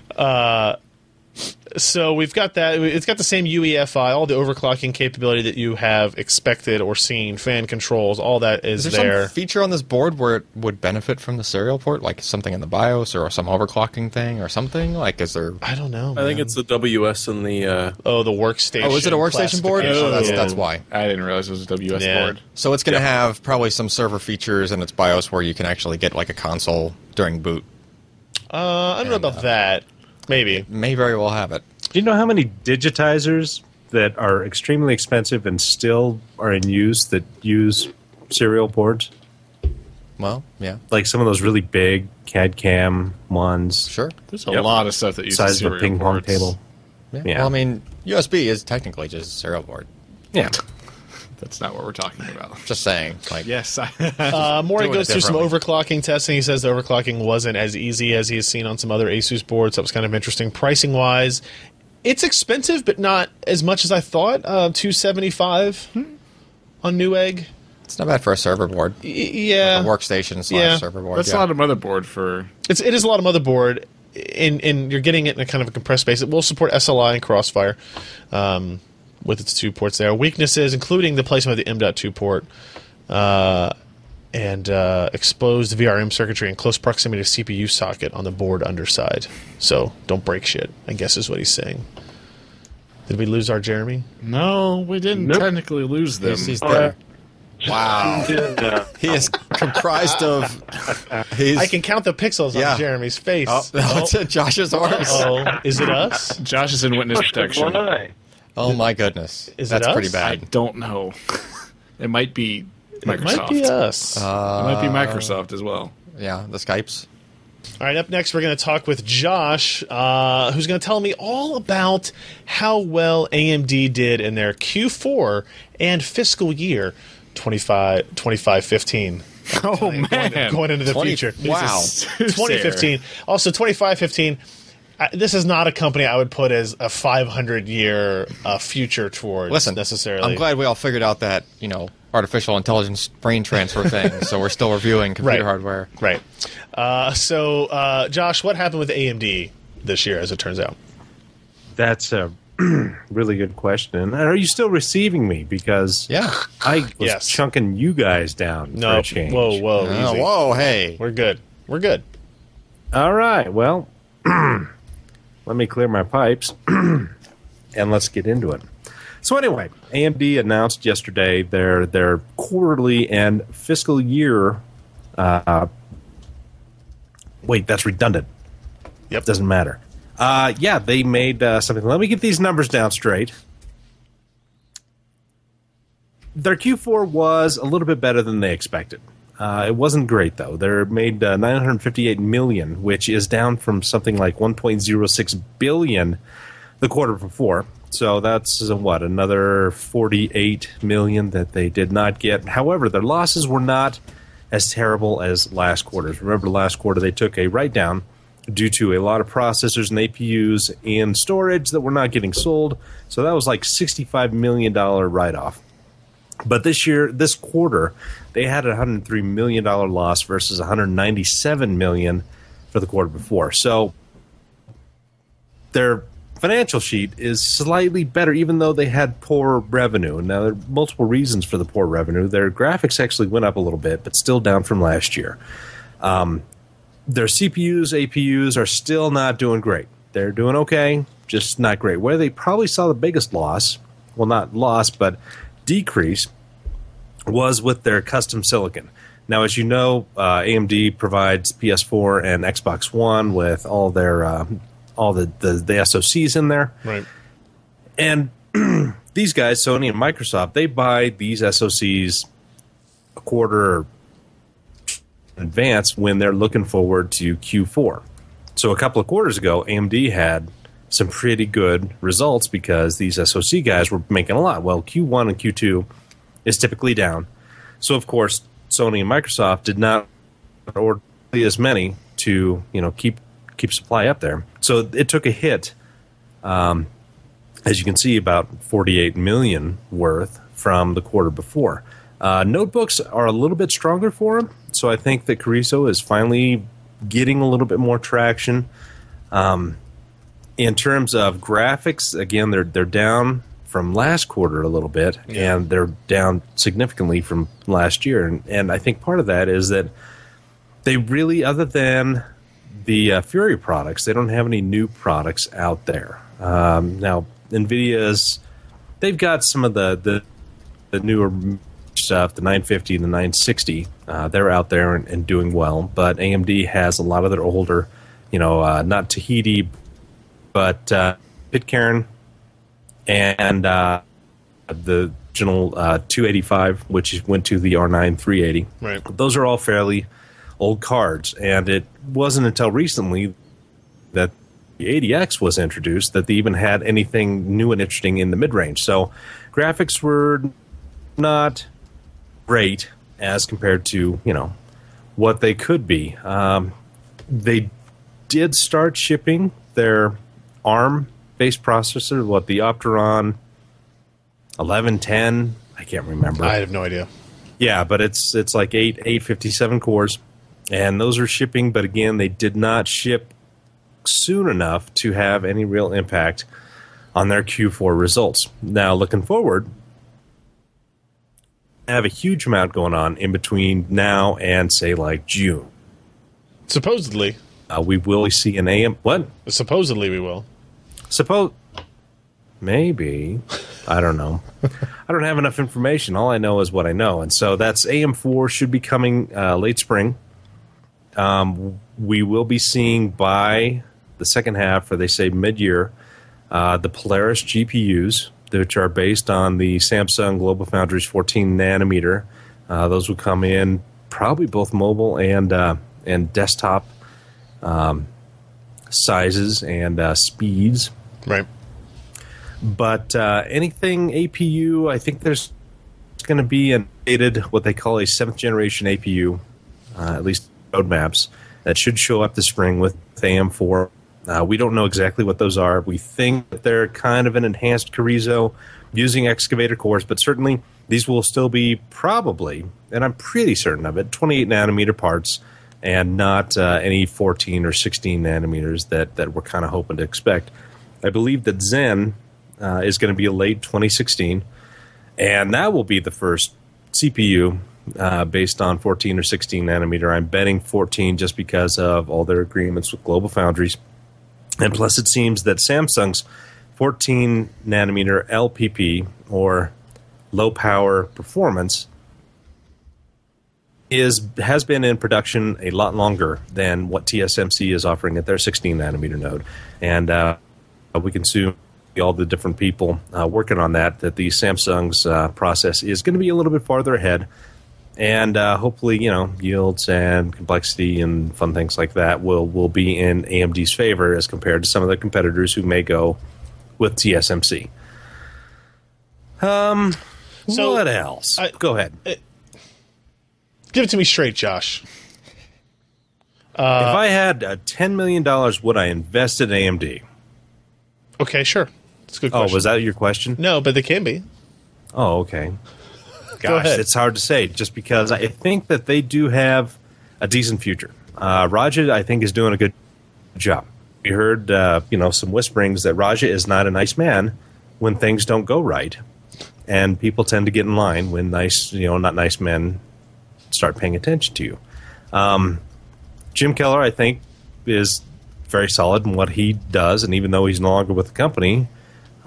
so we've got that. It's got the same UEFI, all the overclocking capability that you have expected or seen. Fan controls, all that is, Is there, there. some feature on this board where it would benefit from the serial port, like something in the BIOS or some overclocking thing or something? Like, is there? I don't know. I think it's the WS and the. Uh, oh the workstation. Oh, is it a workstation board? classification. Oh, that's, that's Yeah. why. I didn't realize it was a WS Yeah. board. So it's going to have probably some server features in its BIOS where you can actually get like a console during boot. Uh, I don't know about that. Maybe. May very well have it. Do you know how many digitizers that are extremely expensive and still are in use that use serial ports? Well, yeah, Like some of those really big CAD CAM ones, sure. There's a Yep. lot of stuff that uses size of a serial ping pong ports. table. Yeah. Yeah. Well, I mean, USB is technically just a serial board. Yeah. That's not what we're talking about. Just saying, like, Yes, I, Uh, Mori doing it goes through some differently. overclocking testing. He says the overclocking wasn't as easy as he has seen on some other Asus boards. That was kind of interesting. Pricing wise, it's expensive, but not as much as I thought. Uh, Two seventy five Hmm. on Newegg. it's not bad for a server board, Y- a yeah, workstation slash Yeah. server board. that's yeah. not a motherboard for. it's it is a lot of motherboard, and and you're getting it in a kind of a compressed space. It will support SLI and Crossfire, um, with its two ports there. Weaknesses including the placement of the M.2 port, uh, and uh, exposed VRM circuitry in close proximity to CPU socket on the board underside. So don't break shit. I guess is what he's saying. Did we lose our Jeremy? No, we didn't Nope. technically lose them. He's- he's there. wow, yeah. he is comprised of. He's, I can count the pixels Yeah. on Jeremy's face. Oh, no, it's in Josh's arms. Oh, oh, is it us? Josh is in witness protection. Oh my goodness, Is it that's us? pretty I bad. don't know. It might be It Microsoft. might be uh, us. It might be Microsoft as well. Yeah, the Skypes. All right, up next, we're going to talk with Josh, uh, who's going to tell me all about how well AMD did in their Q4 and fiscal year 25, 25 15. Oh Going, going into the 20 future. Wow. Jesus. 2015. Also, 2515. I, this is not a company I would put as a 500 year uh, future towards Listen, necessarily. I'm glad we all figured out that you know artificial intelligence brain transfer thing. so we're still reviewing computer Right. hardware. Right. Uh, so, uh, Josh, what happened with AMD this year, as it turns out? That's a really good question. And are you still receiving me? Because Yeah. I was Yes. chunking you guys down for No. a change. Whoa, whoa. Oh, easy. whoa, hey. We're good. We're good. All right. Well, let me clear my pipes and let's get into it. So anyway, AMD announced yesterday their their quarterly and fiscal year. Uh, wait, that's redundant. Yep. Doesn't matter. Uh, yeah, they made uh, something. Let me get these numbers down straight. Their Q4 was a little bit better than they expected. Uh, it wasn't great though. They made uh, 958 million, which is down from something like 1.06 billion the quarter before. So that's uh, what another 48 million that they did not get. However, their losses were not as terrible as last quarter's. Remember, last quarter they took a write down due to a lot of processors and APUs and storage that were not getting sold. So that was like 65 million dollar write off. But this year, this quarter, they had a $103 million loss versus $197 million for the quarter before. So their financial sheet is slightly better, even though they had poor revenue. Now, there are multiple reasons for the poor revenue. Their graphics actually went up a little bit, but still down from last year. Um, their CPUs, APUs are still not doing great. They're doing okay, just not great. Where they probably saw the biggest loss, well, not loss, but decrease was with their custom silicon. Now, as you know, uh, AMD provides PS4 and Xbox One with all their uh, all the, the the SoCs in there, Right. and these guys, Sony and Microsoft, they buy these SoCs a quarter in advance when they're looking forward to Q4. So a couple of quarters ago, AMD had some pretty good results because these SoC guys were making a lot. Well, Q1 and Q2 is typically down. So of course, Sony and Microsoft did not order as many to you know keep keep supply up there. So it took a hit as you can see, about 48 million worth from the quarter before. Uh, notebooks are a little bit stronger for them, so I think that Carrizo is finally getting a little bit more traction. Um, in terms of graphics, again, they're they're down from last quarter a little bit, and they're down significantly from last year. And, and I think part of that is that they really, other than the uh, Fury products, they don't have any new products out there. Um, now, Nvidia's they've got some of the the, the newer stuff, the 950 and the 960. Uh, they're out there and, and doing well, but AMD has a lot of their older, you know, uh, not Tahiti, but uh, Pitcairn and uh, the original uh, 285, which went to the R9 380 Right. those are all fairly old cards, and it wasn't until recently that the ADX was introduced that they even had anything new and interesting in the mid range. So graphics were not great as compared to you know what they could be. Um, they did start shipping their ARM based processor, what the Opteron 1110. I can't remember. I have no idea. Yeah, but it's it's like eight eight fifty seven cores, and those are shipping. But again, they did not ship soon enough to have any real impact on their Q4 results. Now, looking forward, I have a huge amount going on in between now and say like June. Supposedly, Uh, we will see an AM. What supposedly we will. suppose? Maybe I don't know. I don't have enough information. All I know is what I know, and so that's AM4 should be coming uh, late spring. Um, we will be seeing by the second half, or they say mid-year, uh, the Polaris GPUs, which are based on the Samsung Global Foundries 14 nanometer. Uh, those will come in probably both mobile and uh, and desktop um, sizes and uh, speeds Right. but uh, anything APU, I think there's going to be an updated what they call a seventh generation APU, uh, at least roadmaps that should show up this spring with AM4. Uh, we don't know exactly what those are. We think that they're kind of an enhanced Carrizo using excavator cores, but certainly these will still be probably, and I'm pretty certain of it, 28 nanometer parts and not uh, any 14 or 16 nanometers that, that we're kind of hoping to expect. I believe that Zen uh, is going to be a late 2016, and that will be the first CPU uh, based on 14 or 16 nanometer. I'm betting 14 just because of all their agreements with Global Foundries, and plus it seems that Samsung's 14 nanometer LPP or low power performance is has been in production a lot longer than what TSMC is offering at their 16 nanometer node, and uh, we can soon see all the different people uh, working on that. That the Samsung's uh, process is going to be a little bit farther ahead, and uh, hopefully, you know, yields and complexity and fun things like that will will be in AMD's favor as compared to some of the competitors who may go with TSMC. Um, So- what else? I- uh, go ahead. Give it to me straight, Josh. if I had uh, ten million dollars, would I invest in AMD? Okay, sure. It's a good Oh, question. was that your question? no, but they can be. Oh, okay. Gosh, ahead. it's hard to say just because I think that they do have a decent future. Uh, Raja, I think, is doing a good job. We heard, uh, you know, some whisperings that Raja is not a nice man when things don't go right, and people tend to get in line when nice, you know, not nice men start paying attention to you. Um, Jim Keller, I think, is very solid in what he does, and even though he's no longer with the company,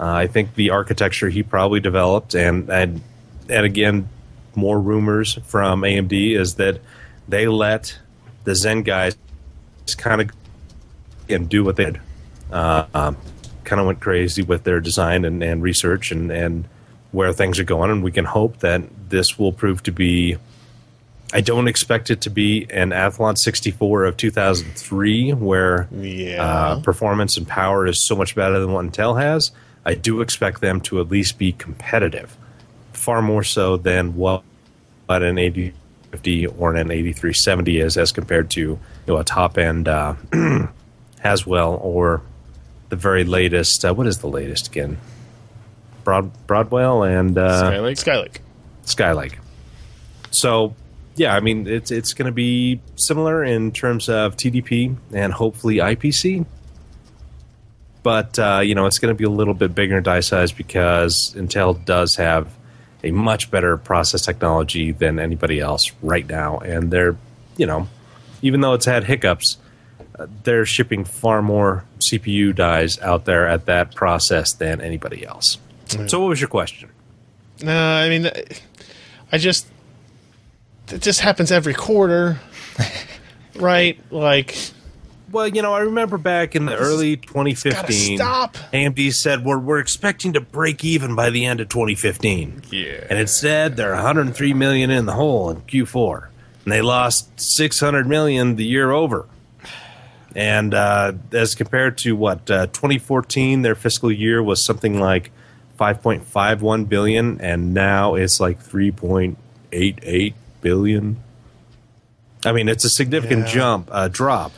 uh, I think the architecture he probably developed, and and and again, more rumors from AMD is that they let the Zen guys just kind of and do what they did. Uh, um, kind of went crazy with their design and, and research and and where things are going, and we can hope that this will prove to be. I don't expect it to be an Athlon 64 of 2003, where Yeah. uh, performance and power is so much better than what Intel has. I do expect them to at least be competitive, far more so than what what an 8050 or an 8370 is, as compared to you know, a top end uh, Haswell or the very latest. Uh, what is the latest again? Broad Broadwell and uh, Skylake? Skylake. Skylake. So, yeah, I mean, it's it's going to be similar in terms of TDP and hopefully IPC, but uh, you know, it's going to be a little bit bigger in die size because Intel does have a much better process technology than anybody else right now, and they're you know, even though it's had hiccups. uh, They're shipping far more CPU dies out there at that process than anybody else. So, what was your question? No, I mean, I just it just happens every quarter, right? Like, Well, you know, I remember back in the early gotta 2015, stop. AMD said we're we're expecting to break even by the end of 2015. Yeah. And instead, they're 103 million in the hole in Q4, and they lost 600 million the year over. And uh, as compared to what uh, 2014, their fiscal year was something like 5.51 billion, and now it's like 3.88 billion. I mean, it's a significant Yeah. jump, uh, drop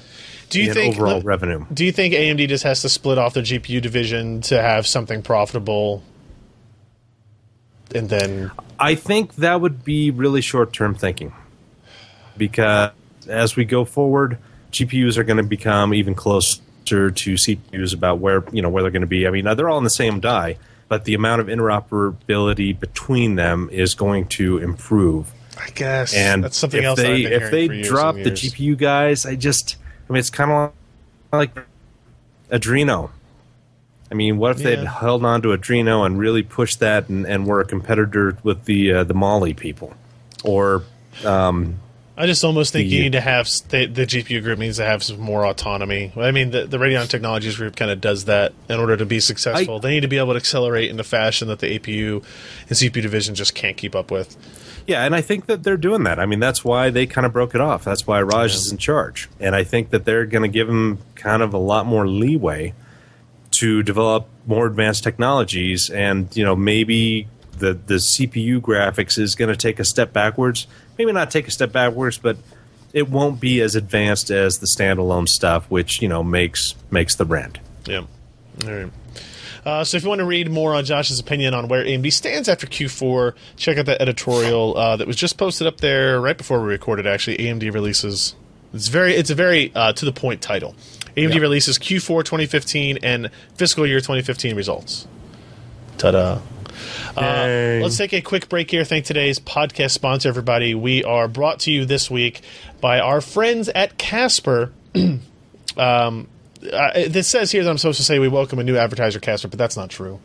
do you in think overall look, revenue. Do you think AMD just has to split off their GPU division to have something profitable, and then I think that would be really short term thinking because as we go forward, GPUs are going to become even closer to CPUs about where you know where they're going to be. I mean, they're all in the same die, but the amount of interoperability between them is going to improve. I guess And that's something if else. that I've They, been if hearing they for years drop and the years. GPU guys, I just I mean it's kind of like Adreno. I mean, what if they'd Yeah. held on to Adreno and really pushed that and, and were a competitor with the uh, the Mali people, or I just almost think you the- need to have s- the, the GPU group needs to have some more autonomy. I mean, the, the Radeon Technologies group kind of does that in order to be successful. they need to be able to accelerate in the fashion that the APU and CPU division just can't keep up with. Yeah, and I think that they're doing that. I mean, that's why they kind of broke it off. That's why Raj is in charge. And I think that they're going to give him kind of a lot more leeway to develop more advanced technologies and, you know, maybe the the CPU graphics is going to take a step backwards. Maybe not take a step backwards, but it won't be as advanced as the standalone stuff which, you know, makes makes the brand. Yeah. All right. Uh, so if you want to read more on Josh's opinion on where AMD stands after Q4, check out that editorial uh, that was just posted up there right before we recorded. Actually, AMD releases. It's very. It's a very uh, to the point title. AMD releases Q4 2015 and fiscal year 2015 results. Ta-da. Uh, let's take a quick break here. Thank today's podcast sponsor, everybody. We are brought to you this week by our friends at Casper uh, this says here that I'm supposed to say we welcome a new advertiser, Casper, but that's not true.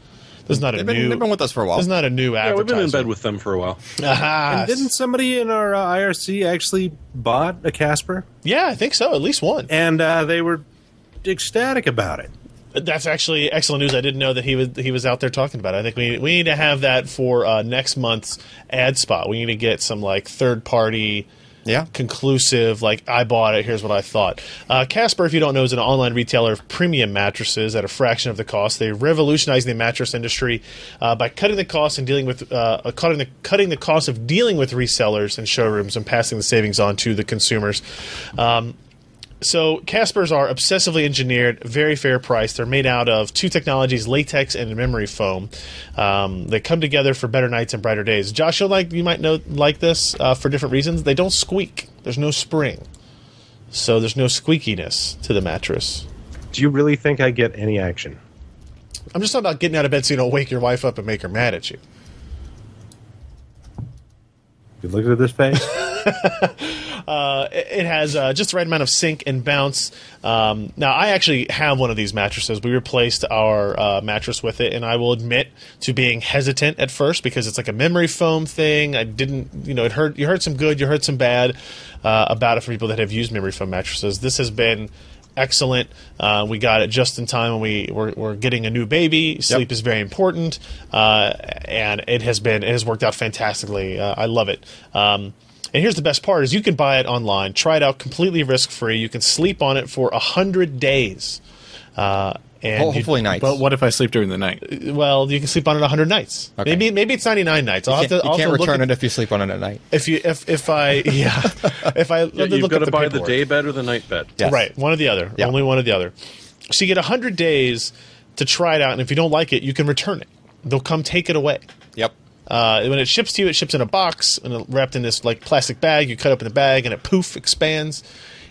This is not a They've new. been, they've been with us for a while. this is not a new Ah, Yeah, we've advertisement. been in bed with them for a while. Aha. Didn't somebody in our uh, IRC actually bought a Casper? yeah, I think so. At least one. And uh, they were ecstatic about it. That's actually excellent news. I didn't know that he was he was out there talking about it. I think we we need to have that for uh, next month's ad spot. We need to get some like third party yeah. conclusive like i bought it here's what i thought uh, casper if you don't know is an online retailer of premium mattresses at a fraction of the cost they revolutionized the mattress industry uh, by cutting the cost and dealing with uh, uh, cutting the cutting the cost of dealing with resellers and showrooms and passing the savings on to the consumers um, so Caspers are obsessively engineered, very fair price. They're made out of two technologies, latex and memory foam. Um, they come together for better nights and brighter days. Josh, you'll like you might know like this uh, for different reasons. They don't squeak. There's no spring, so there's no squeakiness to the mattress. Do you really think I get any action? I'm just talking about getting out of bed so you don't wake your wife up and make her mad at you. You look at this face. it has uh, just the right amount of sink and bounce. Um, now, I actually have one of these mattresses. We replaced our uh, mattress with it, and I will admit to being hesitant at first because it's like a memory foam thing. I didn't, you know, it hurt. You heard some good, you heard some bad uh, about it for people that have used memory foam mattresses. This has been excellent. Uh, we got it just in time when we were, we're getting a new baby. Sleep is very important, uh, and it has been it has worked out fantastically. Uh, I love it. Um, and here's the best part: is you can buy it online, try it out completely risk free. You can sleep on it for hundred days. Uh, and Ho- you- hopefully nights. But what if I sleep during the night? well, you can sleep on it hundred nights. Okay. Maybe maybe it's ninety nine nights. I'll you can't, have to, you I'll can't have to look return at- it if you sleep on it at night. If you if if I yeah if I Yeah, you've look got up to buy the paperwork. day bed or the night bed. Yes. Right, one or the other. Yeah. Only one or the other. So you get 100 days to try it out, and if you don't like it, you can return it. They'll come take it away. Yep. Uh, when it ships to you, it ships in a box and it- wrapped in this like plastic bag. You cut open the bag, and it poof expands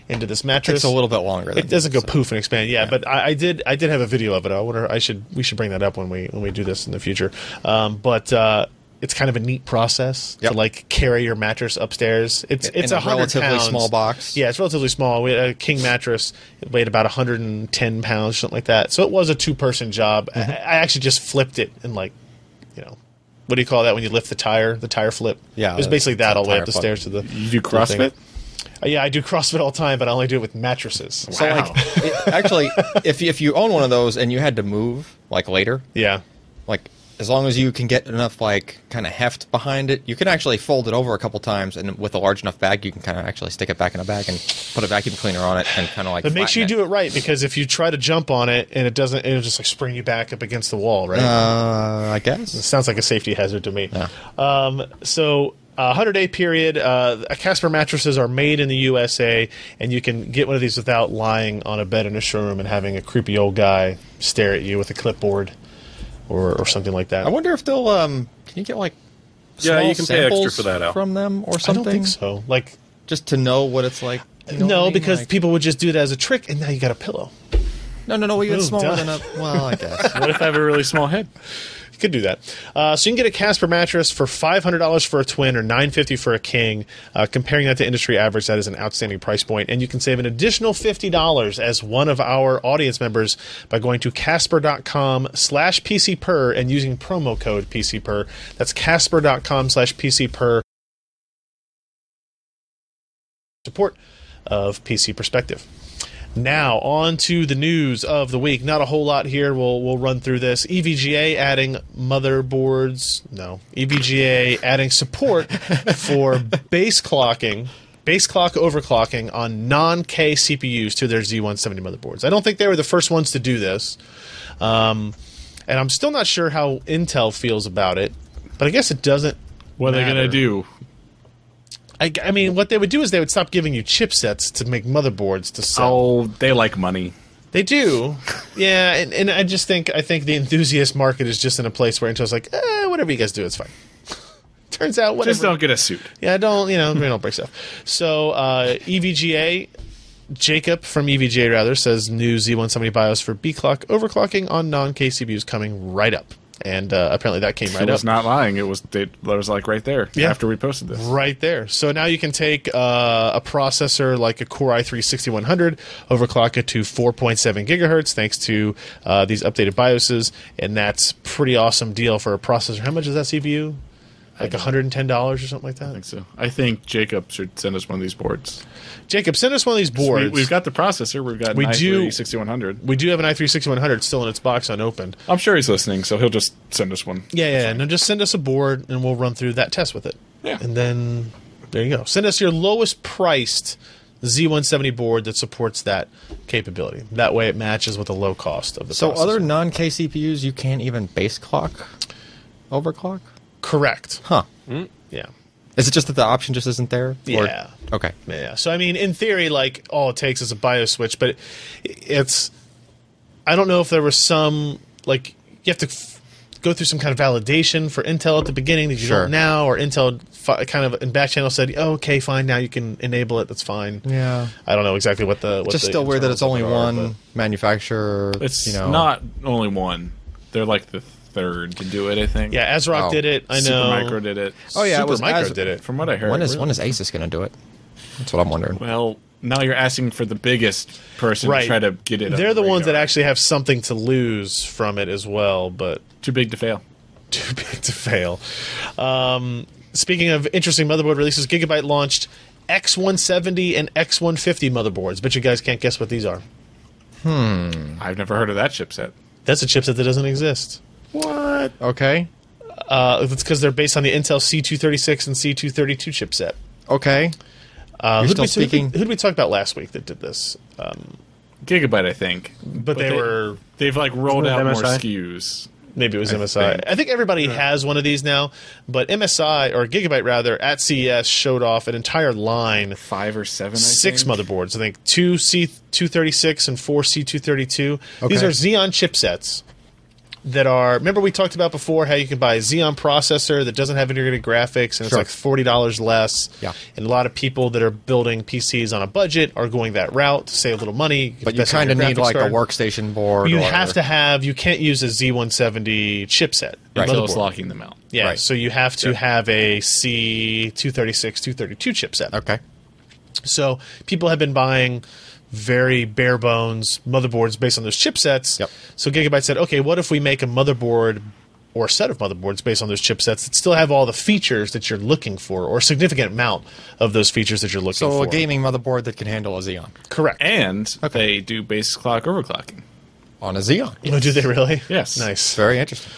into this mattress. Takes a little bit longer. Than It doesn't go poof and expand. Yeah, but I, I did. I did have a video of it. I wonder. I should. We should bring that up when we when we do this in the future. Um, but uh, it's kind of a neat process Yep. to like carry your mattress upstairs. It's In it's a 100 relatively pounds. small box. Yeah, it's relatively small. We had a king mattress. It weighed about 110 pounds, something like that. So it was a two person job. Mm-hmm. I, I actually just flipped it and like, you know. What do you call that when you lift the tire? The tire flip. Yeah, it was basically it's a that all the way tire up the flip. stairs to the. You do to the thing. CrossFit? Uh, Yeah, I do CrossFit all the time, but I only do it with mattresses. So like, it, actually, if you, if you own one of those and you had to move like later, Yeah. like as long as you can get enough like kind of heft behind it, you can actually fold it over a couple times, and with a large enough bag, you can kind of actually stick it back in a bag and put a vacuum cleaner on it and kind of like. But make sure you flatten do it right because if you try to jump on it and it doesn't, it'll just like spring you back up against the wall, right? Uh, I guess. Sounds like a safety hazard to me. Um, so. A hundred day period. Uh, Casper mattresses are made in the USA, and you can get one of these without lying on a bed in a showroom and having a creepy old guy stare at you with a clipboard or, or something like that. I wonder if they'll um. Can you get like? Yeah, small you can pay extra samples for that, Al. from them or I something. don't think so. Like, Just to know what it's like. you know what I no, mean? because Like- people would just do that as a trick, and now you got a pillow. No, no, no. We got Ooh, duh. smaller than a. Well, I guess. What if I have a really small head? You could do that. Uh, so you can get a Casper mattress for five hundred dollars for a twin or nine fifty for a king. Uh, comparing that to industry average, that is an outstanding price point, and you can save an additional fifty dollars as one of our audience members by going to casper.com slash pcper E and using promo code pcper. E That's casper.com slash pcper. Support of PC Perspective. Now on to the news of the week. Not a whole lot here. We'll we'll run through this. E EVGA adding motherboards. No, E EVGA adding support for base clocking, base clock overclocking on non-K CPUs to their Z170 motherboards. I don't think they were the first ones to do this, um, and I'm still not sure how Intel feels about it. But I guess it doesn't. What are they matter. going to do? I, I mean, what they would do is they would stop giving you chipsets to make motherboards to sell. Oh, they like money. They do, yeah. And, and I just think I think the enthusiast market is just in a place where Intel's like, eh, whatever you guys do, it's fine. Turns out, whatever. Just don't get a suit. Yeah, don't you know? we don't break stuff. So uh, EVGA, Jacob from E EVGA rather says new Z170 BIOS for B clock overclocking on non KCPUs coming right up. and uh, apparently that came right it was up not lying. It was it was like right there Yeah. after we posted this. right there. So now you can take uh, a processor like a Core i3 6100, overclock it to 4.7 gigahertz thanks to uh, these updated BIOSes, and that's pretty awesome deal for a processor. How much is that CPU? Like $110 or something like that. I think so. I think Jacob should send us one of these boards. Jacob, send us one of these boards. We, have got the processor. We've got We an do- i3 6100. We do have an i3 6100 still in its box unopened. I'm sure he's listening, so he'll just send us one. Yeah, yeah. No, just send us a board and we'll run through that test with it. Yeah. And then there you go. Send us your lowest priced Z170 board that supports that capability. That way it matches with the low cost of the So processor. other non K CPUs, you can't even base clock, overclock. correct. Huh? Yeah. Is it just that the option just isn't there? Yeah. Okay. Yeah. So I mean, in theory, like all it takes is a BIOS switch, but it, it's I don't know if there was some like you have to f- go through some kind of validation for Intel at the beginning that you Sure. don't now, or Intel fi- kind of in back channel said, oh, okay, fine, now you can enable it. That's fine. Yeah. I don't know exactly what the what It's just the still weird that it's only internals are, one manufacturer. It's you know, not only one. They're like the third to do it, I think. but- yeah, ASRock Oh. did it. I know. Supermicro did it. Oh yeah, it was Supermicro as- did it. From what I heard. When is really. when is Asus going to do it? That's what I'm wondering. Well, now you're asking for the biggest person Right. to try to get it. on They're the ones that radar. actually have something to lose from it as well, but too big to fail. too big to fail. Um, speaking of interesting motherboard releases, Gigabyte launched X170 and X150 motherboards. Bet you guys can't guess what these are. I've never heard of that chipset. That's a chipset that doesn't exist. What? Okay. Uh, it's because they're based on the Intel C236 and C232 chipset. Okay. Uh, You're who'd, still we, who'd we- speaking- who'd we talk about last week that did this? Uh, Gigabyte, I think. but, they, were They've like rolled Isn't it out more MSI? SKUs. maybe it was MSI. think. I think everybody has one of these now, but MSI or Gigabyte rather at CES showed off an entire line Five or seven. I six think. motherboards. I think two C two thirty six and four C two thirty two. These Okay. are Xeon chipsets that are. Remember we talked about before how you can buy a Xeon processor that doesn't have integrated graphics and it's Sure. like forty dollars less. Yeah. and a lot of people that are building PCs on a budget are going that route to save a little money. But you invest in kind of your need graphics like card. a workstation board. You or- have to have. You can't use a Z one seventy chipset. Right. Until it's motherboard. locking them out. Yeah, Right. so you have to have a C two thirty six two thirty two chipset. Okay. So people have been buying very bare bones motherboards based on those chipsets. Yep. So Gigabyte said, okay, what if we make a motherboard or a set of motherboards based on those chipsets that still have all the features that you're looking for or a significant amount of those features that you're looking So for? a gaming motherboard that can handle a Xeon Correct. And they do base clock overclocking. on a Xeon. Oh, do they really? Yes. Nice. Very interesting.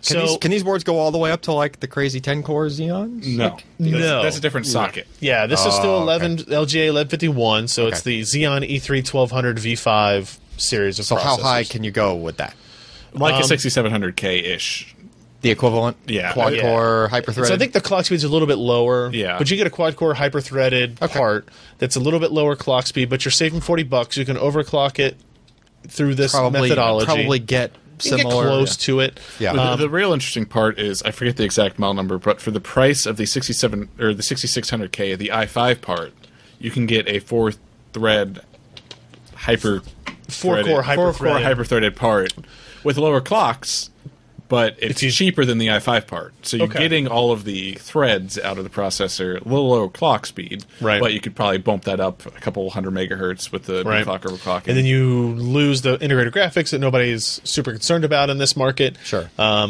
Can, so these, can these boards go all the way up to like the crazy 10 core Xeons? No, that's, No. that's a different socket. yeah, this is still Oh, 11 LGA 1151, so it's Okay. the Xeon E E3 1200 V5 series of So how processors. high can you go with that? Like a 6700K ish. The equivalent Yeah. quad Yeah. core hyper thread. So I think the clock speed's a little bit lower. Yeah. But you get a quad core hyper threaded Okay. part that's a little bit lower clock speed, but you're saving 40 bucks. You can overclock it through this probably methodology. probably get you can similar get close to it. Yeah. The, Um, the real interesting part is I forget the exact model number, but for the price of the 67 or the 6600K, the i5 part, you can get a four thread hyper Four core hyper four core threaded. hyper threaded part with lower clocks, but it's, easy. cheaper than the i5 part. So you're Okay. getting all of the threads out of the processor, a little lower clock speed, Right. But you could probably bump that up a couple hundred megahertz with the Right. clock overclock, and then you lose the integrated graphics that nobody's super concerned about in this market. Sure. Uh,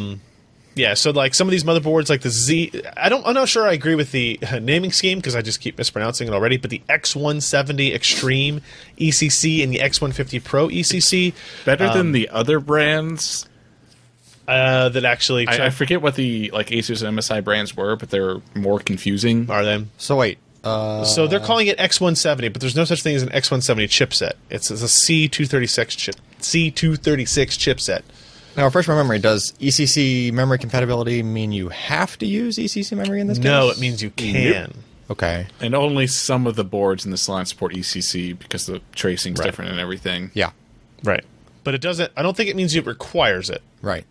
Yeah, so like some of these motherboards, like the Z, I don't, I'm not sure I agree with the uh, naming scheme because I just keep mispronouncing it already. But the X170 Extreme ECC and the X150 Pro E ECC better um, than the other brands. uh, that actually I, I try- forget what the like Asus and MSI brands were, but they're more confusing. are them. so wait. Uh, So they're calling it X170, but there's no such thing as an X170 chipset. It's, it's a C236 chip, C236 chipset. now, refresh my memory. Does ECC memory compatibility mean you have to use ECC memory in this case? No, it means you can. Okay. And only some of the boards in this line support ECC because the tracing's different and everything. Yeah. Right. But it doesn't. I don't think it means it requires it. Right.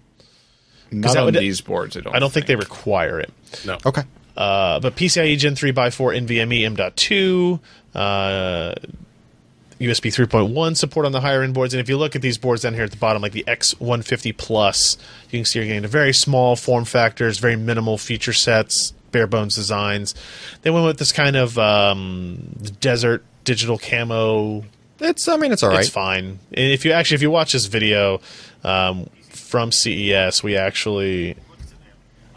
Not that on would- these boards. I don't. I don't think they require it. No. Okay. E Uh, but PCIe Gen 3 by 4 NVMe M.2, uh, USB 3.1 support on the higher end boards. And if you look at these boards down here at the bottom, like the X150 Plus, you can see you're getting a very small form factors, very minimal feature sets, bare bones designs. They went with this kind of um, desert digital camo It's, I mean, it's all right. it's fine. And if you actually, if you watch this video um, from CES, we actually,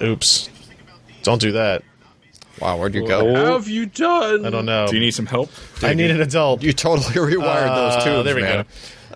oops, don't do that. Oh, Wow, where'd you go? How have you done? I don't know. Do you need some help? I need an adult. You totally rewired those Uh, two. there we man.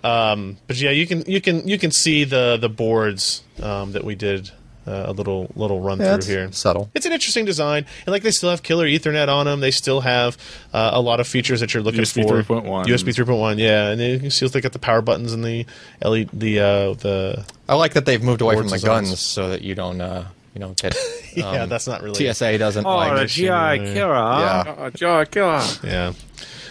go. Um, but yeah, you can you can you can see the the boards um, that we did uh, a little little run Yeah, through here. it's subtle. It's an interesting design, and like they still have killer Ethernet on them. They still have uh, a lot of features that you're looking USB for. 3.1. USB 3.1, yeah, and then you can see they got the power buttons and the LED, the uh, the I like that they've moved away Board from the designs. guns so that you don't, uh, you don't get. yeah, um, that's not really TSA doesn't Oh, like. the GI Kira. Yeah. Uh, Jaw killer. Yeah.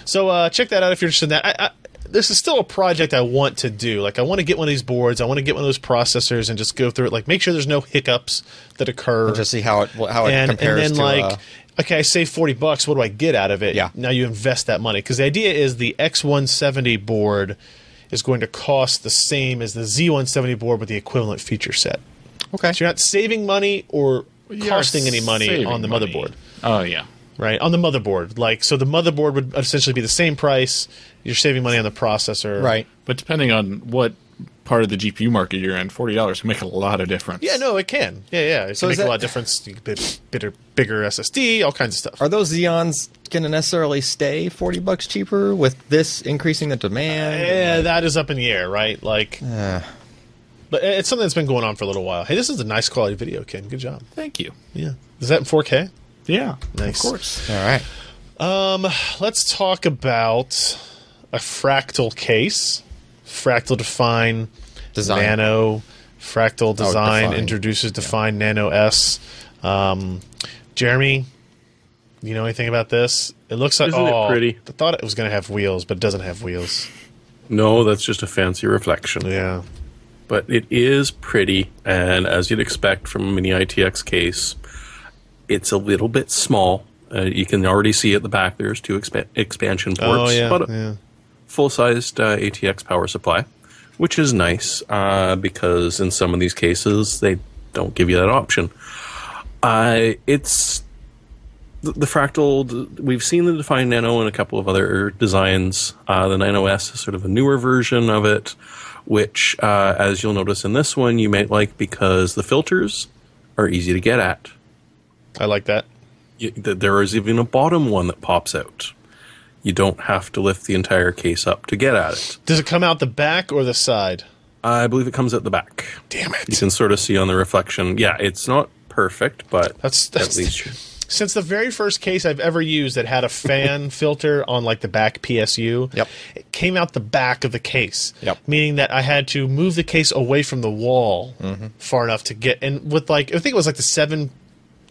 So uh, check that out if you're interested in that. I, I, this is still a project I want to do. Like I want to get one of these boards. I want to get one of those processors and just go through it. Like make sure there's no hiccups that occur. Just see how it how it and, and compares then to. like. uh, Okay, I save forty bucks. What do I get out of it? Yeah. Now you invest that money because the idea is the X one seventy board is going to cost the same as the Z one seventy board with the equivalent feature set. okay. So you're not saving money or You are costing any money saving on the money. motherboard Oh yeah. right on the motherboard like so the motherboard would essentially be the same price you're saving money on the processor Right. But depending on what part of the GPU market you're in, forty dollars can make a lot of difference. yeah no it can yeah yeah it So can make is a that- lot of difference you can bit, bitter, bigger ssd all kinds of stuff Are those Xeons going to necessarily stay 40 bucks cheaper with this increasing the demand? yeah that is up in the air right like but it- it's something that's been going on for a little while hey this is a nice quality video ken good job Thank you. yeah is that in 4k Yeah. Nice. Of course. All right. let's talk about a fractal case fractal define Design. nano fractal design define. introduces define nano s um, jeremy you know anything about this it looks like Isn't it oh, pretty? i thought it was going to have wheels but it doesn't have wheels No, that's just a fancy reflection. yeah But it is pretty, and as you'd expect from a mini ITX case, it's a little bit small. Uh, you can already see at the back there's two expa- expansion oh ports, yeah, but a yeah. full-sized uh, ATX power supply, which is nice uh, because in some of these cases they don't give you that option. Uh, it's the, the fractal. d- We've seen the Define Nano and a couple of other designs. Uh, the Nano S is sort of a newer version of it, which, uh, as you'll notice in this one, you might like because the filters are easy to get at. i like that You, th- there is even a bottom one that pops out. You don't have to lift the entire case up to get at it. does it come out the back or the side I believe it comes at the back. damn You it can sort of see on the reflection. Yeah, it's not perfect, but That's- that's- at least. you- since the very first case I've ever used that had a fan filter on like the back PSU, Yep. it came out the back of the case. Yep. Meaning that I had to move the case away from the wall Mm-hmm. far enough to get and with like I think it was like the seven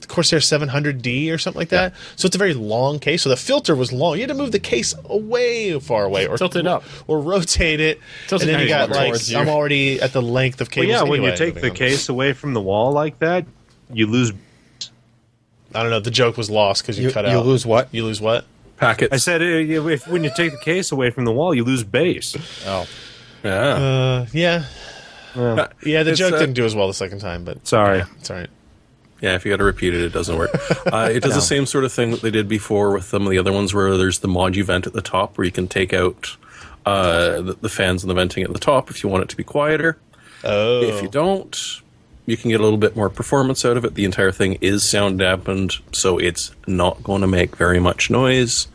the Corsair 700D or something like that. So it's a very long case. So the filter was long. You had to move the case away far away or Tilt it up. or rotate it. Tilt and it then you got down like towards you. I'm already at the length of Well, cables. yeah, when anyway. you take Moving the them. case away from the wall like that, you lose. I don't know, the joke was lost cuz you, You, cut you out. lose what? you lose what? Packets. I said, uh, if, when you take the case away from the wall, you lose bass. Oh. yeah. Uh, yeah. yeah, the It's, joke uh, didn't do as well the second time, but Sorry. it's all right. yeah, if you got to repeat it, it doesn't work. Uh, it does the same sort of thing that they did before with some of the other ones where there's the Modu vent at the top where you can take out uh, the, the fans and the venting at the top if you want it to be quieter. Oh, If you don't, you can get a little bit more performance out of it. The entire thing is sound dampened, so it's not going to make very much noise.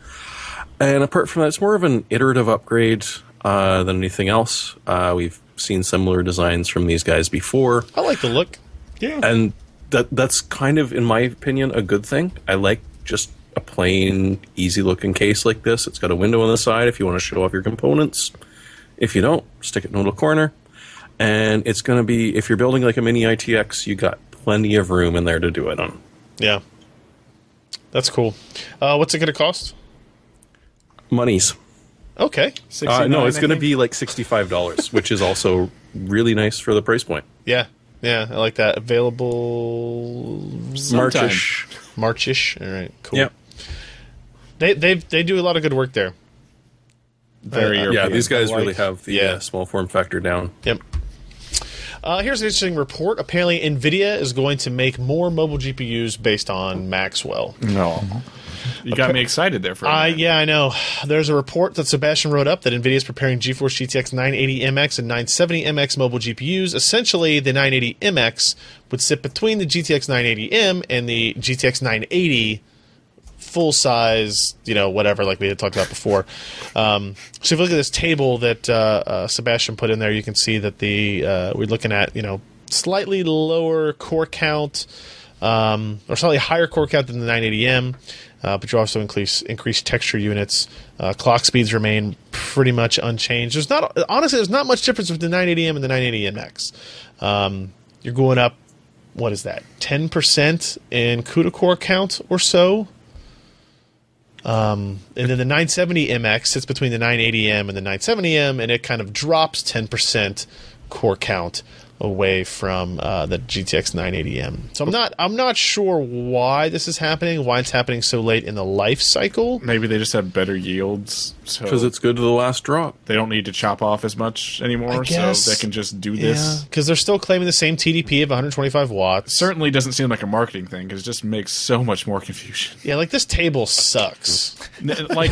And apart from that, it's more of an iterative upgrade uh, than anything else. Uh, we've seen similar designs from these guys before, I like the look. Yeah, and that that's kind of, in my opinion, a good thing. I like just a plain, easy-looking case like this. It's got a window on the side if you want to show off your components. If you don't, stick it in a little corner. And it's going to be, if you're building like a mini ITX, you got plenty of room in there to do it on. yeah, that's cool. Uh, what's it going to cost? Monies. Okay, Uh, 69, no, it's I going to think. be like $65, which is also really nice for the price point. yeah, yeah, I like that. Available Sometime. Marchish. Marchish. All right, cool. Yep. They they they do a lot of good work there. Very Uh, European. Yeah, these guys really Like- have the Yeah. uh, small form factor down. Yep. Uh, here's an interesting report. Apparently, NVIDIA is going to make more mobile GPUs based on Maxwell. No. You got me excited there for a I minute. yeah, I know. There's a report that Sebastian wrote up that NVIDIA is preparing GeForce GTX 980MX and 970MX mobile GPUs. Essentially, the 980MX would sit between the GTX 980M and the GTX 980 full size, you know, whatever, like we had talked about before. Um, so if you look at this table that uh, uh, Sebastian put in there, you can see that the uh, we're looking at you know slightly lower core count um, or slightly higher core count than the 980M, uh, but you also increase increase texture units. Uh, clock speeds remain pretty much unchanged. There's not honestly there's not much difference between the 980M and the 980MX. Um, you're going up. What is that? Ten percent in CUDA core count or so. And then the 970MX sits between the 980M and the 970M, and it kind of drops 10% core count away from uh, the GTX 980M. So I'm not I'm not sure why this is happening, why it's happening so late in the life cycle. Maybe they just have better yields, so Because it's good to the last drop. they don't need to chop off as much anymore, so guess. they can just do this. because they're still claiming the same TDP of 125 watts. Certainly doesn't seem like a marketing thing because it just makes so much more confusion. Yeah, like this table sucks. N- like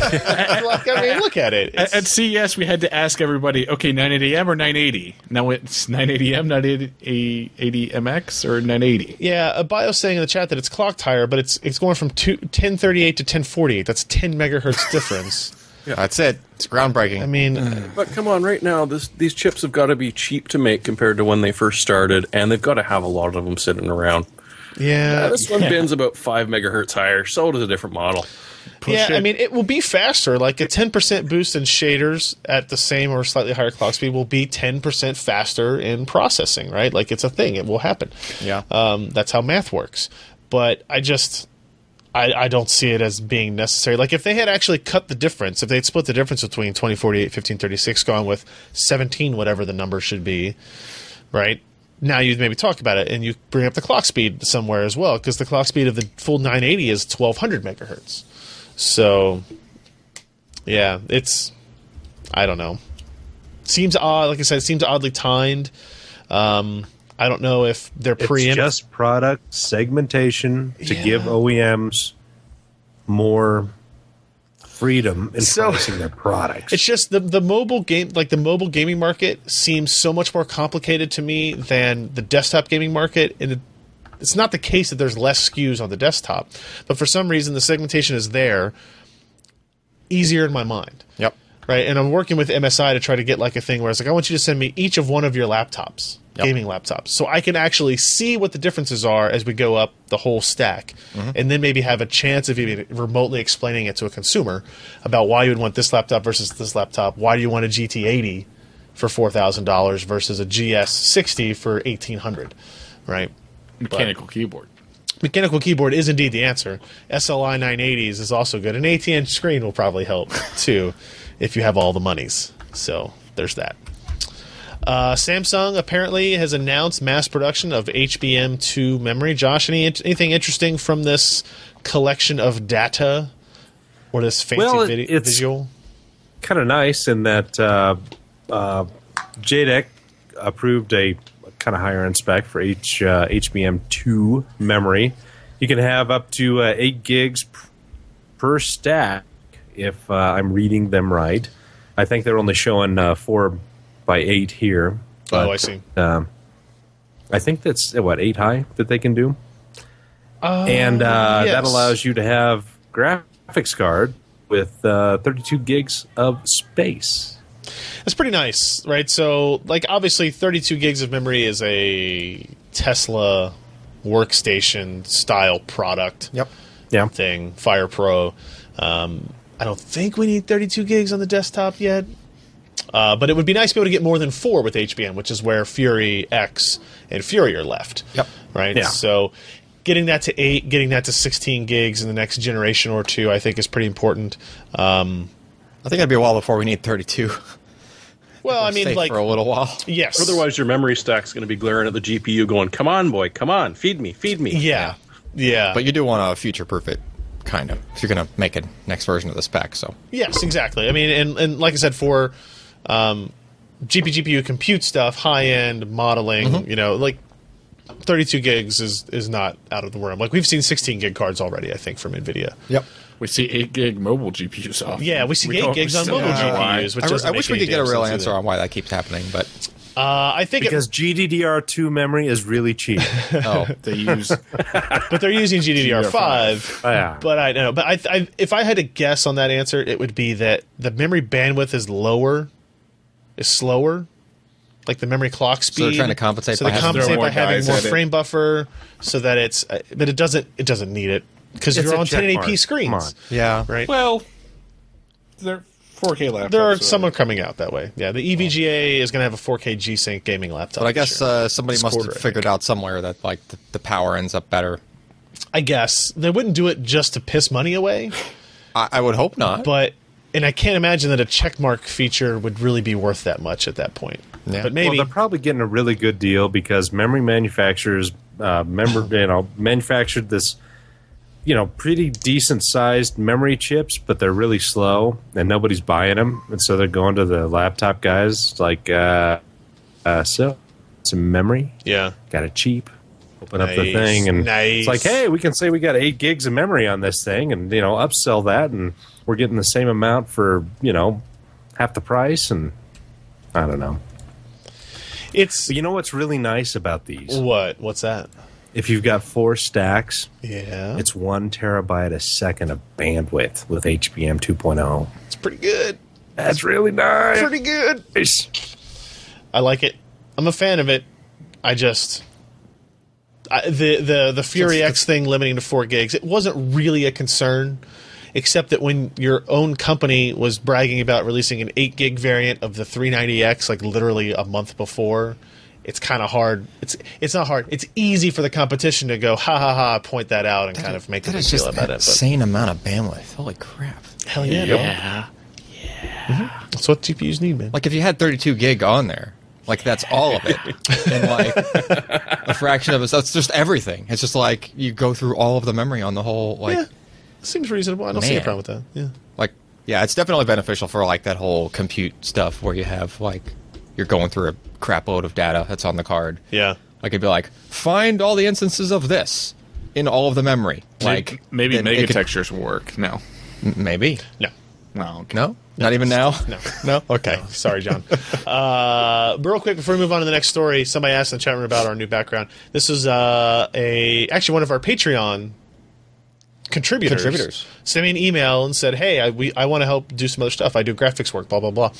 at, like I mean, look at it. at- It's- at CES, we had to ask everybody, okay, 980M or 980? Now it's 980M, 980MX, or 980. Yeah, a bio saying in the chat that it's clocked higher, but it's it's going from two, 1038 to 1048. That's 10 megahertz difference. That's it. It's groundbreaking. I mean, Uh, But come on, right now, this, these chips have got to be cheap to make compared to when they first started, and they've got to have a lot of them sitting around. yeah. this one bins about five megahertz higher, so does a different model. Push yeah, I it. mean, it will be faster. Like a 10% boost in shaders at the same or slightly higher clock speed will be 10% faster in processing, right? Like it's a thing, it will happen. Yeah. Um, that's how math works. But I just. I, I don't see it as being necessary. Like if they had actually cut the difference, if they'd split the difference between 2048, 1536, gone with 17, whatever the number should be, right? Now you maybe talk about it and you bring up the clock speed somewhere as well, because the clock speed of the full 980 is 1200 megahertz. So, yeah, it's I don't know. Seems odd. Like I said, it seems oddly timed. Um, I don't know if they're It's preempt. just product segmentation to Yeah. give OEMs more freedom in So- pricing their products. it's just the the mobile game, like the mobile gaming market, seems so much more complicated to me than the desktop gaming market. And it, it's not the case that there's less SKUs on the desktop, but for some reason the segmentation is there, easier in my mind. yep. right? And I'm working with MSI to try to get like a thing where it's like, I want you to send me each of one of your laptops, gaming laptops, so I can actually see what the differences are as we go up the whole stack, and then maybe have a chance of even remotely explaining it to a consumer about why you would want this laptop versus this laptop. Why do you want a GT80 for four thousand dollars versus a GS60 for eighteen hundred, right? Mechanical keyboard. Mechanical keyboard is indeed the answer. SLI 980s is also good. An 18 inch screen will probably help too, if you have all the monies. So there's that. Uh, Samsung apparently has announced mass production of HBM2 memory. Josh, any anything interesting from this collection of data or this fancy Well, it- vid- it's- visual? kind of nice in that uh, uh, JDEC approved a kind of higher end spec for H, uh, HBM2 memory. You can have up to uh, 8 gigs p- per stack if uh, I'm reading them right. I think they're only showing uh, 4 by 8 here. Oh, but, I see. Um, I think that's, uh, what, 8 high that they can do? and uh, yes. that allows you to have graphics card with uh, 32 gigs of space. That's pretty nice, right? So, like, obviously, 32 gigs of memory is a Tesla workstation style product Yep. Yeah, thing, Fire Pro. Um, I don't think we need 32 gigs on the desktop yet, uh, but it would be nice to be able to get more than four with HBM, which is where Fury X and Fury are left. Yep. Right. Yeah. So getting that to eight, getting that to 16 gigs in the next generation or two, I think is pretty important. Um, I think it'd be a while before we need 32. well, I mean, Safe like, for a little while. yes. Otherwise, your memory stack's going to be glaring at the GPU, going, "Come on, boy, come on, feed me, feed me." yeah, yeah. But you do want to future proof it kind of. If you're going to make a next version of the spec, so Yes, exactly. I mean, and, and like I said, for um, GPGPU compute stuff, high end modeling, you know, like 32 gigs is is not out of the realm. Like we've seen 16 gig cards already, I think, from Nvidia. yep. We see eight gig mobile GPUs off. Yeah, we see don't- 8 gigs on still mobile don't know why. GPUs, which I, doesn't I make wish we any could get a damn real sense answer either. on why that keeps happening, but Uh, I think, because it, GDDR2 memory is really cheap. oh, They use but they're using GDDR5. yeah. But I don't know. But I, I, if I had to guess on that answer, it would be that the memory bandwidth is lower, is slower, like the memory clock speed. they're trying to compensate So by they having- compensate Throw by more having guys more at it. frame buffer, so that it's. uh, But it doesn't. It doesn't need it because It's you're a on check 1080p mark. Come on. screens, yeah. right? well, they're 4K laptops. there are so- some are coming out that way. Yeah, the EVGA is going to have a 4K G Sync gaming laptop. But I this guess year. uh, somebody This must quarter, I have figured out somewhere that like the, the power ends up better. I guess they wouldn't do it just to piss money away. I, I would hope not. but and I can't imagine that a checkmark feature would really be worth that much at that point. Yeah. But maybe Well, they're probably getting a really good deal because memory manufacturers, uh, member, you know, manufactured this, you know, pretty decent sized memory chips, but they're really slow and nobody's buying them, and so they're going to the laptop guys like, uh, uh, so some memory, yeah, got it cheap. Open up the Nice, thing, and nice. it's like, hey, we can say we got eight gigs of memory on this thing, and you know, upsell that, and we're getting the same amount for you know half the price, and I don't know. it's But you know what's really nice about these? what? What's that? If you've got four stacks, Yeah, it's one terabyte a second of bandwidth with HBM 2.0. it's pretty good. oh. That's really nice. Pretty good. It's I like it. I'm a fan of it. I just I, the the the Fury X thing limiting to four gigs. It wasn't really a concern, except that when your own company was bragging about releasing an eight gig variant of the 390X, like literally a month before. It's kind of hard. It's it's not hard. It's easy for the competition to go ha ha ha, point that out, and kind of make a that big is just deal about an it. But insane amount of bandwidth. Holy crap! hell yeah, man. Yeah. that's what GPUs need, man. Like if you had 32 gig on there, like that's all of it, and like a fraction of it. That's just everything. It's just like you go through all of the memory on the whole. Like, yeah, seems reasonable. I don't see a Man. problem with that. Yeah. like yeah, it's definitely beneficial for like that whole compute stuff where you have like you're going through a crap load of data that's on the card. Yeah. Like it'd be like find all the instances of this in all of the memory. Like maybe then it could- megatextures will work. No, M- Maybe. No. no, okay. No? Not even now? No. No? Okay. No, sorry, John. uh, real quick before we move on to the next story, somebody asked in the chat room about our new background. This is uh, a actually one of our Patreon contributors, Contributors. sent me an email and said, "Hey, I, we, I want to help do some other stuff. I do graphics work, blah blah blah."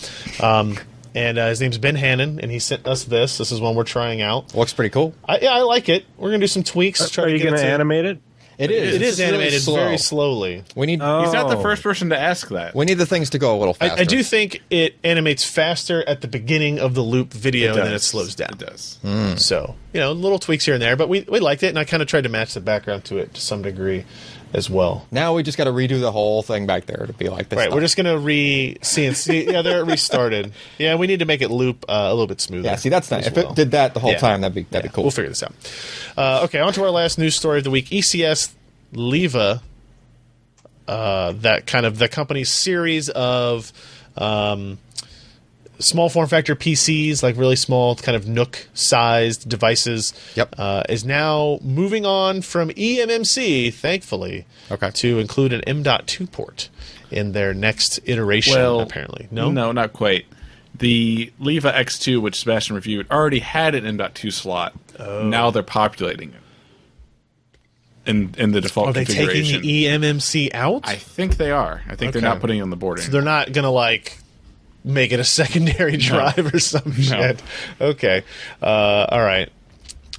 Um, and uh, his name's Ben Hannon, and he sent us this. This is one we're trying out. Looks pretty cool. I, yeah, I like it. We're gonna do some tweaks. try Are to you get it going to to- animate it? is. It It's is really animated slow. very slowly. We need He's not the Oh. first person to ask that. we need the things to go a little I, faster. I do think it animates faster at the beginning of the loop video, and then it does. slows down. It does. So, you know, little tweaks here and there, but we, we liked it, and I kind of tried to match the background to it to some degree as well. now we just got to redo the whole thing back there to be like this. Right, stuff. we're just going to re CNC. yeah, there it restarted. Yeah, we need to make it loop uh, a little bit smoother. Yeah, see that's nice. as If well. it did that the whole Yeah. time that'd be that'd Yeah, be cool. We'll figure this out. Uh, okay, on to our last news story of the week. ECS Leva, uh, that kind of the company's series of um, small form factor PCs, like really small, kind of Nook sized devices, Yep. uh, is now moving on from E eMMC, thankfully, Okay. to include an M.2 port in their next iteration, Well, apparently. No? no, not quite. The Leva X2, which Sebastian reviewed, already had an M.2 slot. Oh. Now they're populating it in in the default Are they taking configuration. the E eMMC out? I think they are. I Okay. think they're not putting it on the boarding. They're not gonna like make it a secondary drive or some shit. Okay. Uh, all right.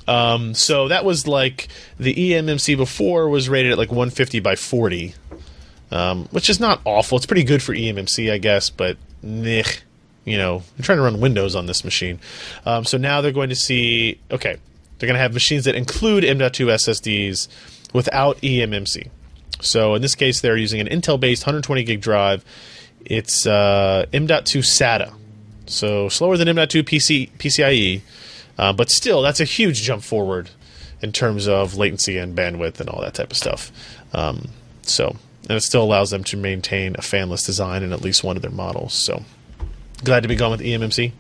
Um, so that was like the E EMMC before was rated at like 150 by 40, um, which is not awful. It's pretty good for E EMMC, I guess, but meh, you know, I'm trying to run Windows on this machine. Um, so now they're going to see okay, they're going to have machines that include M.2 SSDs without E EMMC. So in this case, they're using an Intel-based 120 gig drive. It's uh, M.2 SATA, so slower than M.2 PC PCIe, uh, but still that's a huge jump forward in terms of latency and bandwidth and all that type of stuff. Um, So, and it still allows them to maintain a fanless design in at least one of their models. So, glad to be gone with E eMMC.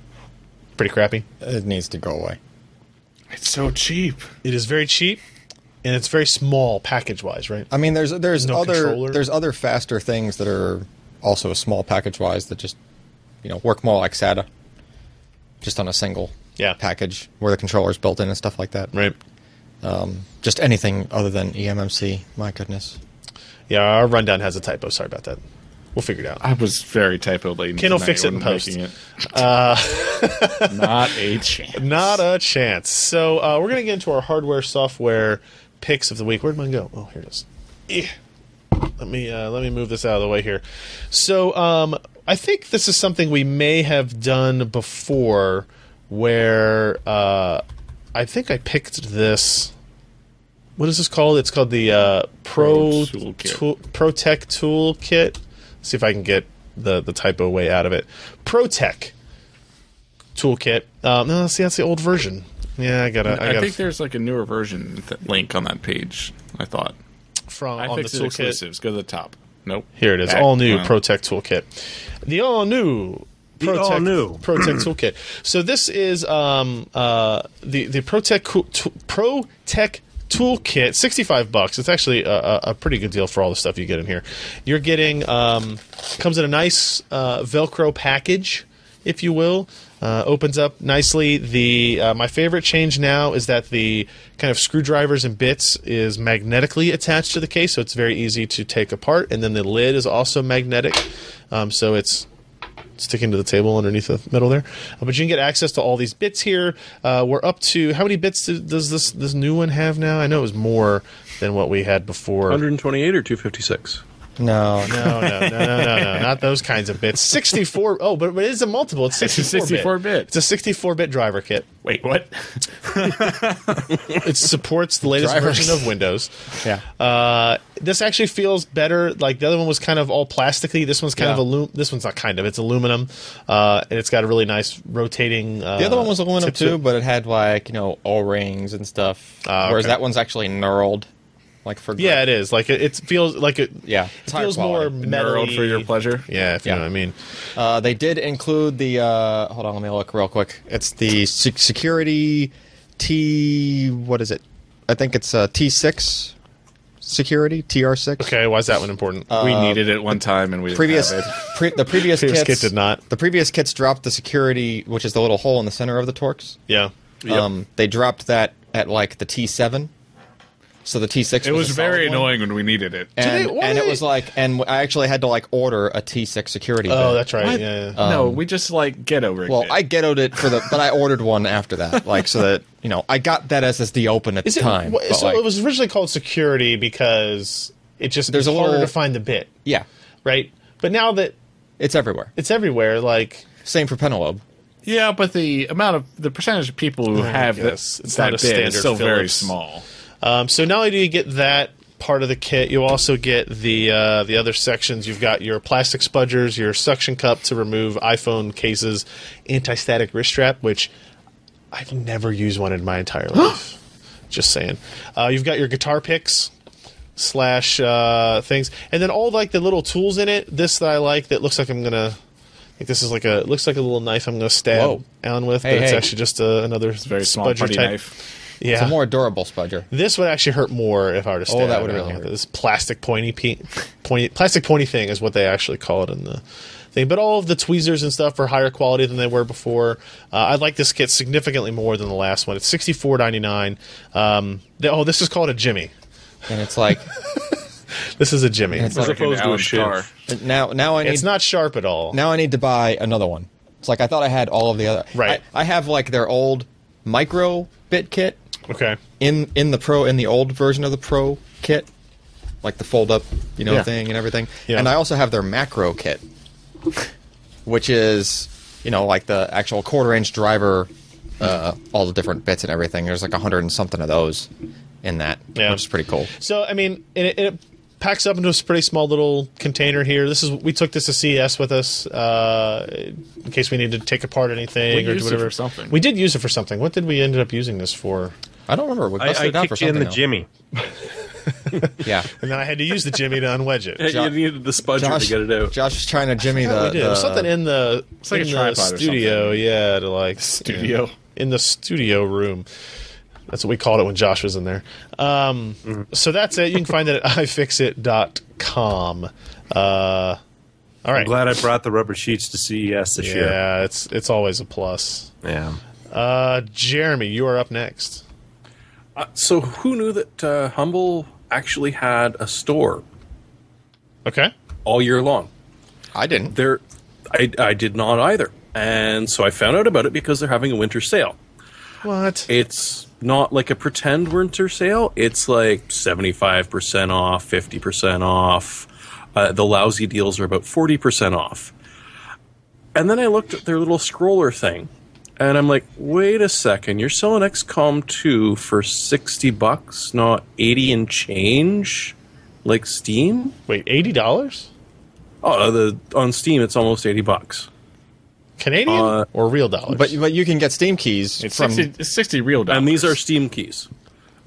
Pretty crappy. It needs to go away. It's so cheap. It is very cheap, and it's very small package wise, right? I mean, there's there's No other controller. there's other faster things that are also small package wise that just you know work more like SATA, just on a single Yeah. package where the controller's built in and stuff like that. Right. Just anything other than E eMMC. My goodness. Yeah, our rundown has a typo. Sorry about that. We'll figure it out. I was very typo laden. Ken will tonight fix it when in I'm post. Uh, making it. Not a chance. Not a chance. So uh, we're going to get into our hardware software picks of the week. Where'd mine go? Oh, here it is. Eh. Let me uh, let me move this out of the way here. So um, I think this is something we may have done before, where uh, I think I picked this. What is this called? It's called the uh, Pro Pro Toolkit. Tool, ProTech Toolkit. See if I can get the the typo way out of it. ProTech toolkit. Um, no, see, that's the old version. Yeah, I gotta. I, I, gotta think there's like a newer version th- link on that page. I thought. from I on the fixed it toolkit. exclusives. Go to the top. Nope. Here it is, Back. all new Wow. ProTech toolkit. The all new. The ProTech, all-new. ProTech toolkit. So this is um, uh, the the ProTech coo- tool- ProTech toolkit. Sixty five bucks. It's actually a, a, a pretty good deal for all the stuff you get in here. You're getting um, comes in a nice uh, Velcro package, if you will. Uh, opens up nicely. The uh, my favorite change now is that the kind of screwdrivers and bits is magnetically attached to the case, so it's very easy to take apart. And then the lid is also magnetic, um, so it's sticking to the table underneath the metal there. Uh, but you can get access to all these bits here. Uh, we're up to how many bits do, does this this new one have now? I know it was more than what we had before. 128 or 256? No, No, no, no, no, no, no, not those kinds of bits. 64. Oh, but, but it is a multiple. It's 64, a 64 bit. It's a 64 bit driver kit. Wait, what? It supports the latest Drivers. version of Windows. yeah. Uh, this actually feels better. Like the other one was kind of all plasticky. This one's kind Yeah. of alu- This one's not kind of. It's aluminum, uh, and it's got a really nice rotating. Uh, The other one was aluminum tip to it. too, but it had like you know O rings and stuff. Ah, Whereas okay. that one's actually knurled, like for grip. Yeah, it is. Like it, it feels like it. Yeah, it it's higher feels more quality. metal Knurled for your pleasure. Yeah, if you Yeah. know what I mean. Uh, they did include the. Uh, hold on, let me look real quick. It's the se- security T. What is it? I think it's uh, T6 security TR6. Okay, why is that one important? Um, we needed it one time and we Previous, Didn't have it. pre- the previous, Previous kits kit did not. The previous kits dropped the security, which is the little hole in the center of the Torx. yeah. Um, they dropped that at like the T7. So the T6. It was a solid very one. annoying when we needed it. And, they- why and do it they- was like, and I actually had to like order a T6 security. Oh, bit. that's right. What? Yeah. Uh, no, we just like get over it. um, Well, I ghettoed it for the, but I ordered one after that, like so that you know I got that SSD open at Is the it, time. wha- but, so like, it was originally called security because it just There's it's a harder little- to find the bit, yeah, right? But now that it's everywhere. it's everywhere, like Same for Penelope. yeah, but the amount of the percentage of people who have guess. this It's that not a bid standard is still very Phillips. small. Um, so not only do you get that part of the kit, you also get the uh, the other sections. You've got your plastic spudgers, your suction cup to remove iPhone cases, anti-static wrist strap, which I've never used one in my entire life. Just saying. Uh, you've got your guitar picks slash uh, things, and then all like the little tools in it. This that I like that looks like I'm gonna. Like this is like a it looks like a little knife I'm gonna stab Whoa. Alan with, Hey, but it's hey. actually just uh, another It's very small spudger putty type. knife. Yeah, It's a more durable Spudger. this would actually hurt more if I were to stab. Oh, that it would right really now. hurt. This plastic pointy, pe- pointy, plastic pointy thing is what they actually call it in the thing. But all of the tweezers and stuff are higher quality than they were before. Uh, I like this kit significantly more than the last one. It's sixty four ninety nine. Um, they- oh, this is called a Jimmy. And it's like This is a Jimmy. it's It's, like Like an opposed to a Alan shiv. Carr. now now I need not sharp at all. now I need to buy another one. It's like I thought I had all of the other. Right. I, I have like their old micro bit kit okay. in in the pro in the old version of the pro kit, like the fold up you know Yeah. thing and everything. Yeah. And I also have their macro kit, which is you know like the actual quarter inch driver, uh, all the different bits and everything. There's like a hundred and something of those in that, Yeah. which is pretty cool. So I mean, it, it packs up into a pretty small little container here. This is we took this to CES with us uh, in case we needed to take apart anything We or used do it whatever. for something. We did use it for something. What did we end up using this for? I don't remember. We busted I, I it out for kicked in something. the else. Jimmy. Yeah. and then I had to use the jimmy to unwedge it. you needed the spudger to get it out. Josh was trying to jimmy Yeah, the, we did. It was uh, the- something in the, like a in the tripod or something. studio, yeah, to like Studio. yeah, in the studio room. That's what we called it when Josh was in there. Um, Mm-hmm. So that's it. You can find it at ifixit.com. Uh, all I'm right. glad I brought the rubber sheets to CES this year. yeah, it's it's always a plus. Yeah. Uh, Jeremy, you are up next. So who knew that uh, Humble actually had a store Okay. all year long? I didn't. There, I, I did not either, and so I found out about it because they're having a winter sale. What? It's not like a pretend winter sale. It's like seventy five percent off, fifty percent off. Uh, the lousy deals are about forty percent off. And then I looked at their little scroller thing, and I'm like, wait a second, you're selling XCOM two for sixty bucks, not eighty and change, like Steam. Wait, eighty dollars? Oh, the on Steam it's almost eighty bucks. Canadian Uh, or real dollars? But but you can get Steam keys It's, from 60, it's 60 real dollars. And these are Steam keys.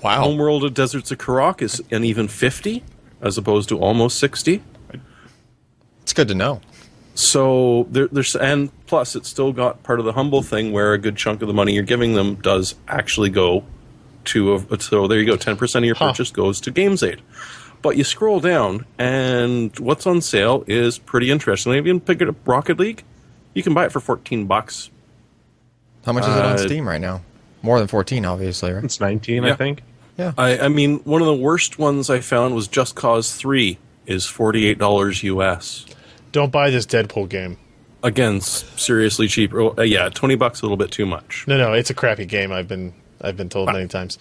wow. Homeworld of Deserts of Karak is an even 50 as opposed to almost 60. It's good to know. So there, there's and plus it's still got part of the humble thing where a good chunk of the money you're giving them does actually go to a, so there you go 10% of your Huh. purchase goes to GamesAid. But you scroll down and what's on sale is pretty interesting. If you can pick it up Rocket League, you can buy it for 14 bucks. How much is it on Uh, Steam right now? More than 14 obviously, right? It's 19, I Yeah. think. I, I mean, one of the worst ones I found was Just Cause 3 is $48 US. don't buy this Deadpool game. Again, s- seriously cheap. Oh, uh, yeah, 20 bucks a little bit too much. No, no, it's a crappy game. I've been I've been told many times.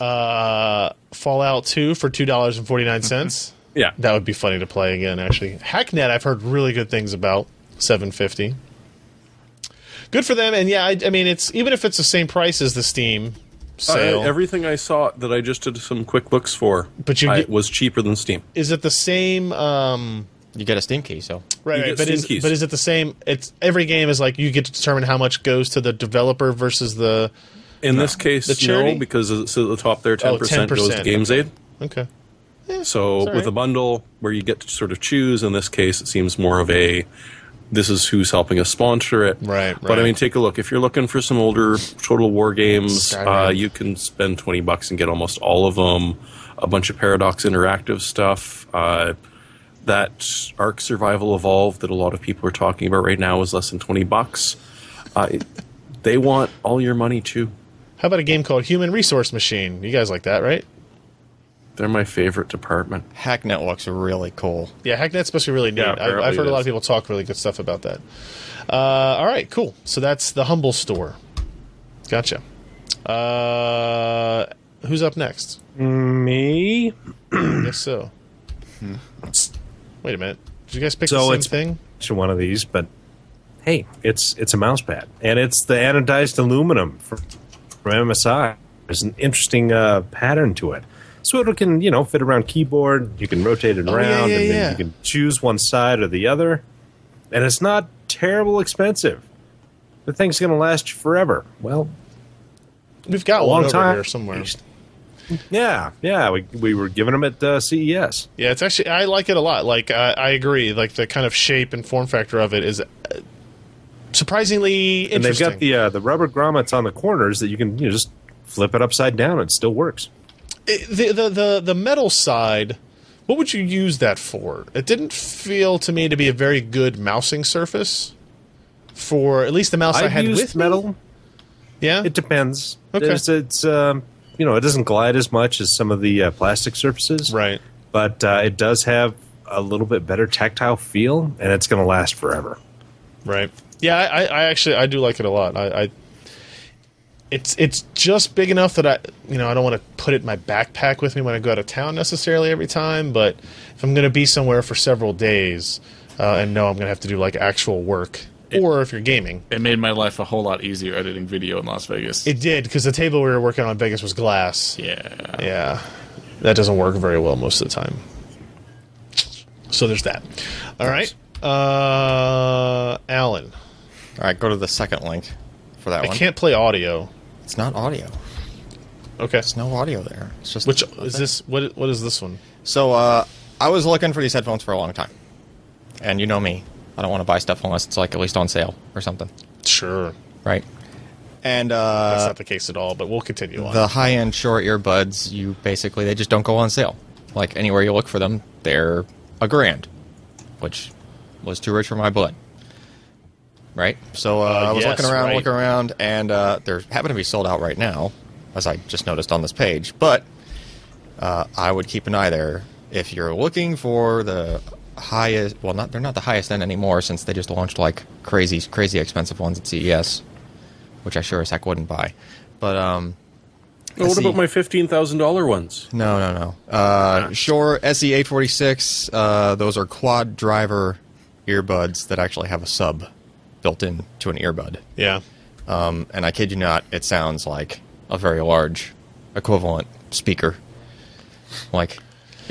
uh, Fallout Two for two dollars and forty nine cents. Yeah. That would be funny to play again. Actually, Hacknet I've heard really good things about. Seven fifty. Good for them. And yeah, I, I mean, it's even if it's the same price as the Steam Uh, sale, everything I saw that I just did some quick looks for But you I- get- was cheaper than Steam. is it the same? Um, You get a Steam key, so Right, right. You get But, Steam is, keys. but is it the same? It's every game is like you get to determine how much goes to the developer versus the In this case, The charity? Oh, no, because it's at the top there, 10%, goes to 10%, GamesAid. okay. So all with right. a bundle where you get to sort of choose, in this case, it seems more of a this is who's helping us sponsor it. Right, But I right. mean, take a look. If you're looking for some older Total War games, Skyrim. uh, you can spend 20 bucks and get almost all of them. A bunch of Paradox Interactive stuff. Uh, that Ark Survival Evolved that a lot of people are talking about right now is less than 20 bucks. Uh, it- they want all your money too. How about a game called Human Resource Machine? You guys like that, right? They're my favorite department. Hacknet looks really cool. Yeah, Hacknet's supposed to be really neat. Yeah, I, apparently I've heard it a lot of is. people talk really good stuff about that. Uh, all right, cool. So that's the Humble Store. Gotcha. Uh, who's up next? Me? I guess so. Wait a minute. Did you guys pick So the same it's- thing? to one of these, but hey, it's it's a mouse pad, and it's the anodized aluminum from, from MSI. There's an interesting uh, pattern to it, so it can you know fit around keyboard. You can rotate it Oh, yeah, around, yeah, and yeah. then you can choose one side or the other. And it's not terrible expensive. The thing's going to last you forever. Well, We've got a one long over time here somewhere. Yeah, yeah. We we were giving them at uh, CES. Yeah, it's actually I like it a lot. Like I I agree. Like the kind of shape and form factor of it is uh, surprisingly and they've interesting. got the uh, the rubber grommets on the corners that you can you know, just flip it upside down and it still works. It- the, the the the metal side. What would you use that for? It didn't feel to me to be a very good mousing surface for at least the mouse i I've had used with me. metal. Yeah, It depends. Okay. There's, it's um, you know it doesn't glide as much as some of the uh, plastic surfaces, right. But uh, it does have a little bit better tactile feel, and it's going to last forever. Right. Yeah, I, I I actually I do like it a lot. I, I it's it's just big enough that I you know I don't want to put it in my backpack with me when I go out of town necessarily every time. But if I'm going to be somewhere for several days uh, and know I'm going to have to do like actual work, or if you're gaming, it made my life a whole lot easier editing video in Las Vegas. it did because the table we were working on in Vegas was glass. yeah. Yeah, that doesn't work very well most of the time. So there's that. All right, uh, Alan. All right, go to the second link for that I one. can't play audio. It's not audio. Okay. There's no audio there. It's just Which is this? What what is this one? So uh, I was looking for these headphones for a long time, and you know me, I don't want to buy stuff unless it's like at least on sale or something, Sure, right? And that's uh, not the case at all. But we'll continue on. the high-end short earbuds, you basically they just don't go on sale. Like anywhere you look for them, they're a grand, which was too rich for my blood. Right. So uh, I was yes, looking around, right. looking around, and uh, they happen to be sold out right now, as I just noticed on this page. But uh, I would keep an eye there if you're looking for the highest. Well, not they're not the highest end anymore since they just launched like crazy, crazy expensive ones at CES, which I sure as heck wouldn't buy. But um, Well, what see. about my fifteen thousand dollar ones? no, no, no. Uh, Shure SE846, uh, those are quad driver earbuds that actually have a sub built in to an earbud. yeah, Um, and I kid you not, it sounds like a very large equivalent speaker. Like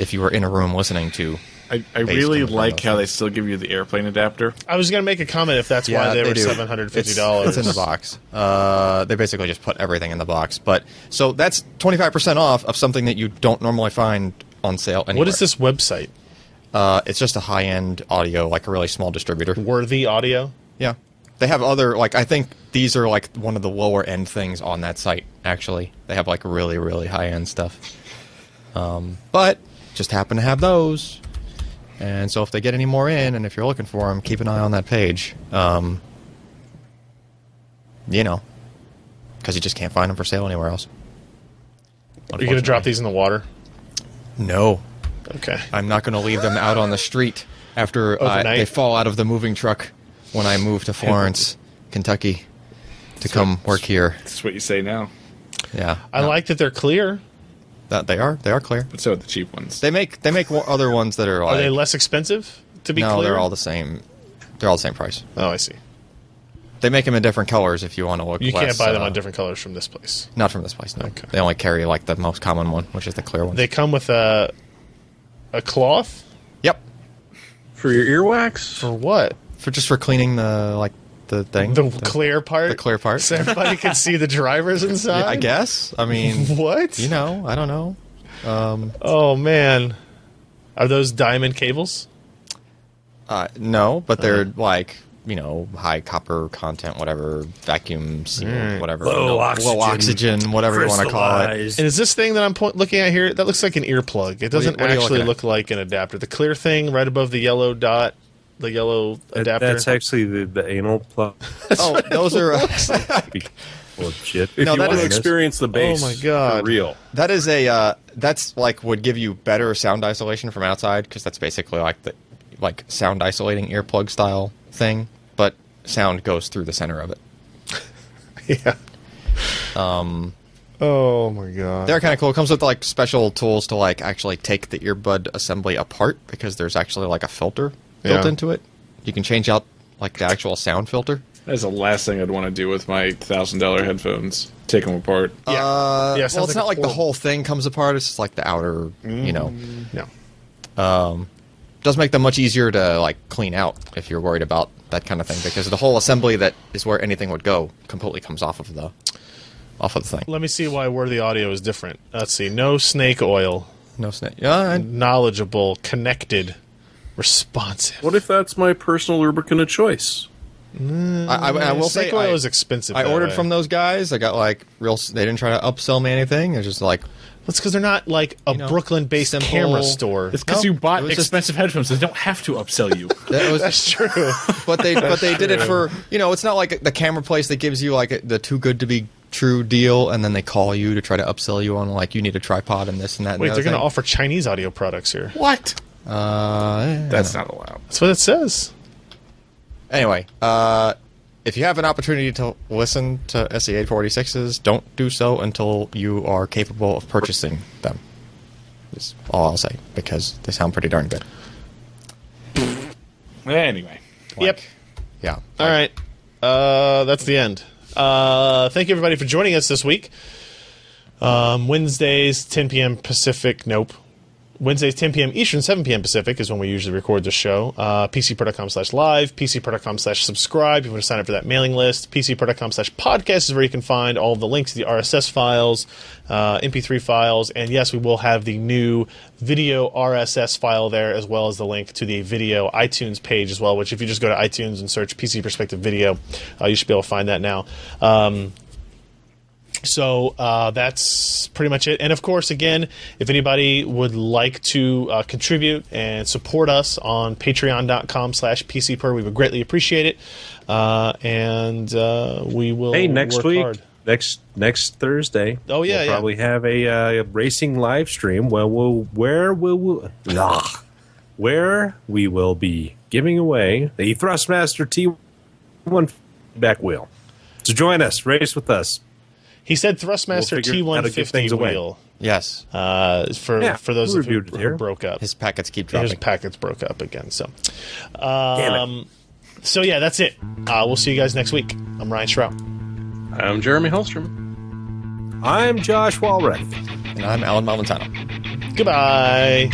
if you were in a room listening to. I, I Based really on the like Windows how thing. they still give you the airplane adapter. I was gonna make a comment if that's why they, were do. seven hundred fifty It's- dollars. It's in the box. Uh, they basically just put everything in the box. But so that's twenty five percent off of something that you don't normally find on sale. Anywhere. What is this website? Uh, it's just a high end audio, like a really small distributor. Worthy Audio. Yeah. They have other like I think these are like one of the lower end things on that site actually. They have like really really high end stuff. Um, but just happen to have those. And so if they get any more in and if you're looking for them, keep an eye on that page. Um, you know, cuz you just can't find them for sale anywhere else. Are you gonna drop these in the water? No. Okay. I'm not going to leave them out on the street after uh, Overnight. they fall out of the moving truck when I move to Florence, Kentucky, to come work here. That's what you say now. Yeah, I like that they're clear. that they are they are clear. But so are the cheap ones. They make they make o- other ones that are like Are they less expensive? To be no, clear, they're all the same. They're all the same price. Oh, I see. They make them in different colors if you want to look. You less, can't buy them uh, on different colors from this place. Not from this place. No, Okay. they only carry like the most common one, which is the clear one. They come with a a cloth yep, For your earwax? for what? for just for cleaning the like the thing. The clear part. the clear part. So everybody can see the drivers inside. I guess. I mean, What? you know, I don't know. Oh man, are those diamond cables? Uh, no, but they're Uh-huh. like you know high copper content, whatever vacuum sealed, whatever Mm. Low no, oxygen. low oxygen, whatever you want to call it. Crystallized. And is this thing that I'm point- looking at here? That looks like an earplug. It doesn't what are you actually looking at? look like an adapter. The clear thing right above the yellow dot, the yellow That- adapter. That's actually the, the anal plug. Oh, those are uh, Legit. If No, you that want to is- experience the bass, Oh my God. for real. that is a uh, that's like would give you better sound isolation from outside because that's basically like the like sound isolating earplug style thing, but sound goes through the center of it. yeah. Um. Oh my god. They're kind of cool. It comes with like special tools to like actually take the earbud assembly apart because there's actually like a filter built Yeah. into it. You can change out like the actual sound filter. That's the last thing I'd want to do with my thousand dollar headphones. Take them apart. Yeah. Uh, Yeah, it sounds well, it's like not a like the horrible- whole thing comes apart. It's just like the outer, you know, no. does make them much easier to like clean out if you're worried about that kind of thing because the whole assembly that is where anything would go completely comes off of the off of the thing. Let me see why Worthy Audio is different. Let's see. No snake oil. No snake. Yeah, I- Knowledgeable. Connected. Responsive. What if that's my personal lubricant of choice? I, I, I will snake say oil I, is expensive. I by the ordered way. from those guys. I got like real. s- They didn't try to upsell me anything. It's just like That's because they're not like a You know, Brooklyn-based simple- camera store. It's because No, you bought it was just- expensive headphones. They don't have to upsell you. that was That's true. but they but they did it for you know it's not like the camera place that gives you like a, the too good to be true deal and then they call you to try to upsell you on like you need a tripod and this and that. Wait, and they're going to to offer Chinese audio products here. what? Uh, That's not allowed. That's what it says. anyway, uh, if you have an opportunity to listen to E SE8 46s, don't do so until you are capable of purchasing them. Is all I'll say because they sound pretty darn good. Anyway, yep. Yeah. All right. Uh, that's the end. Uh, thank you everybody for joining us this week. Um, Wednesdays, 10 p.m. Pacific. Nope. Wednesdays, 10 p.m. Eastern, 7 p.m. Pacific is when we usually record the show. Uh, PCPro.com slash live, PCPro.com slash subscribe. If you want to sign up for that mailing list, PCPro.com slash podcast is where you can find all of the links to the RSS files, uh, MP3 files, and yes, we will have the new video RSS file there as well as the link to the video iTunes page as well, which if you just go to iTunes and search PC Perspective Video, uh, you should be able to find that now. Um, so uh, that's pretty much it. And of course, again, if anybody would like to uh, contribute and support us on patreon.com slash pcper, we would greatly appreciate it. Uh, and uh, we will. Hey, next work week, hard. next next Thursday. Oh, yeah, we'll yeah. probably have a, uh, a racing live stream. Where we'll where will we, blah, where we will be giving away the Thrustmaster T one back wheel. So join us, race with us. He said Thrustmaster We'll figure out how to give T150 things away. wheel Yes, uh, for, Yeah, for those we of you reviewed it who, here. who broke up. his packets keep His dropping. packets broke up again. So, Damn it. um, so yeah, that's it. Uh, we'll see you guys next week. I'm Ryan Schrout. I'm Jeremy Hellstrom. I'm Josh Walrath. and I'm Alan Malventano. Goodbye.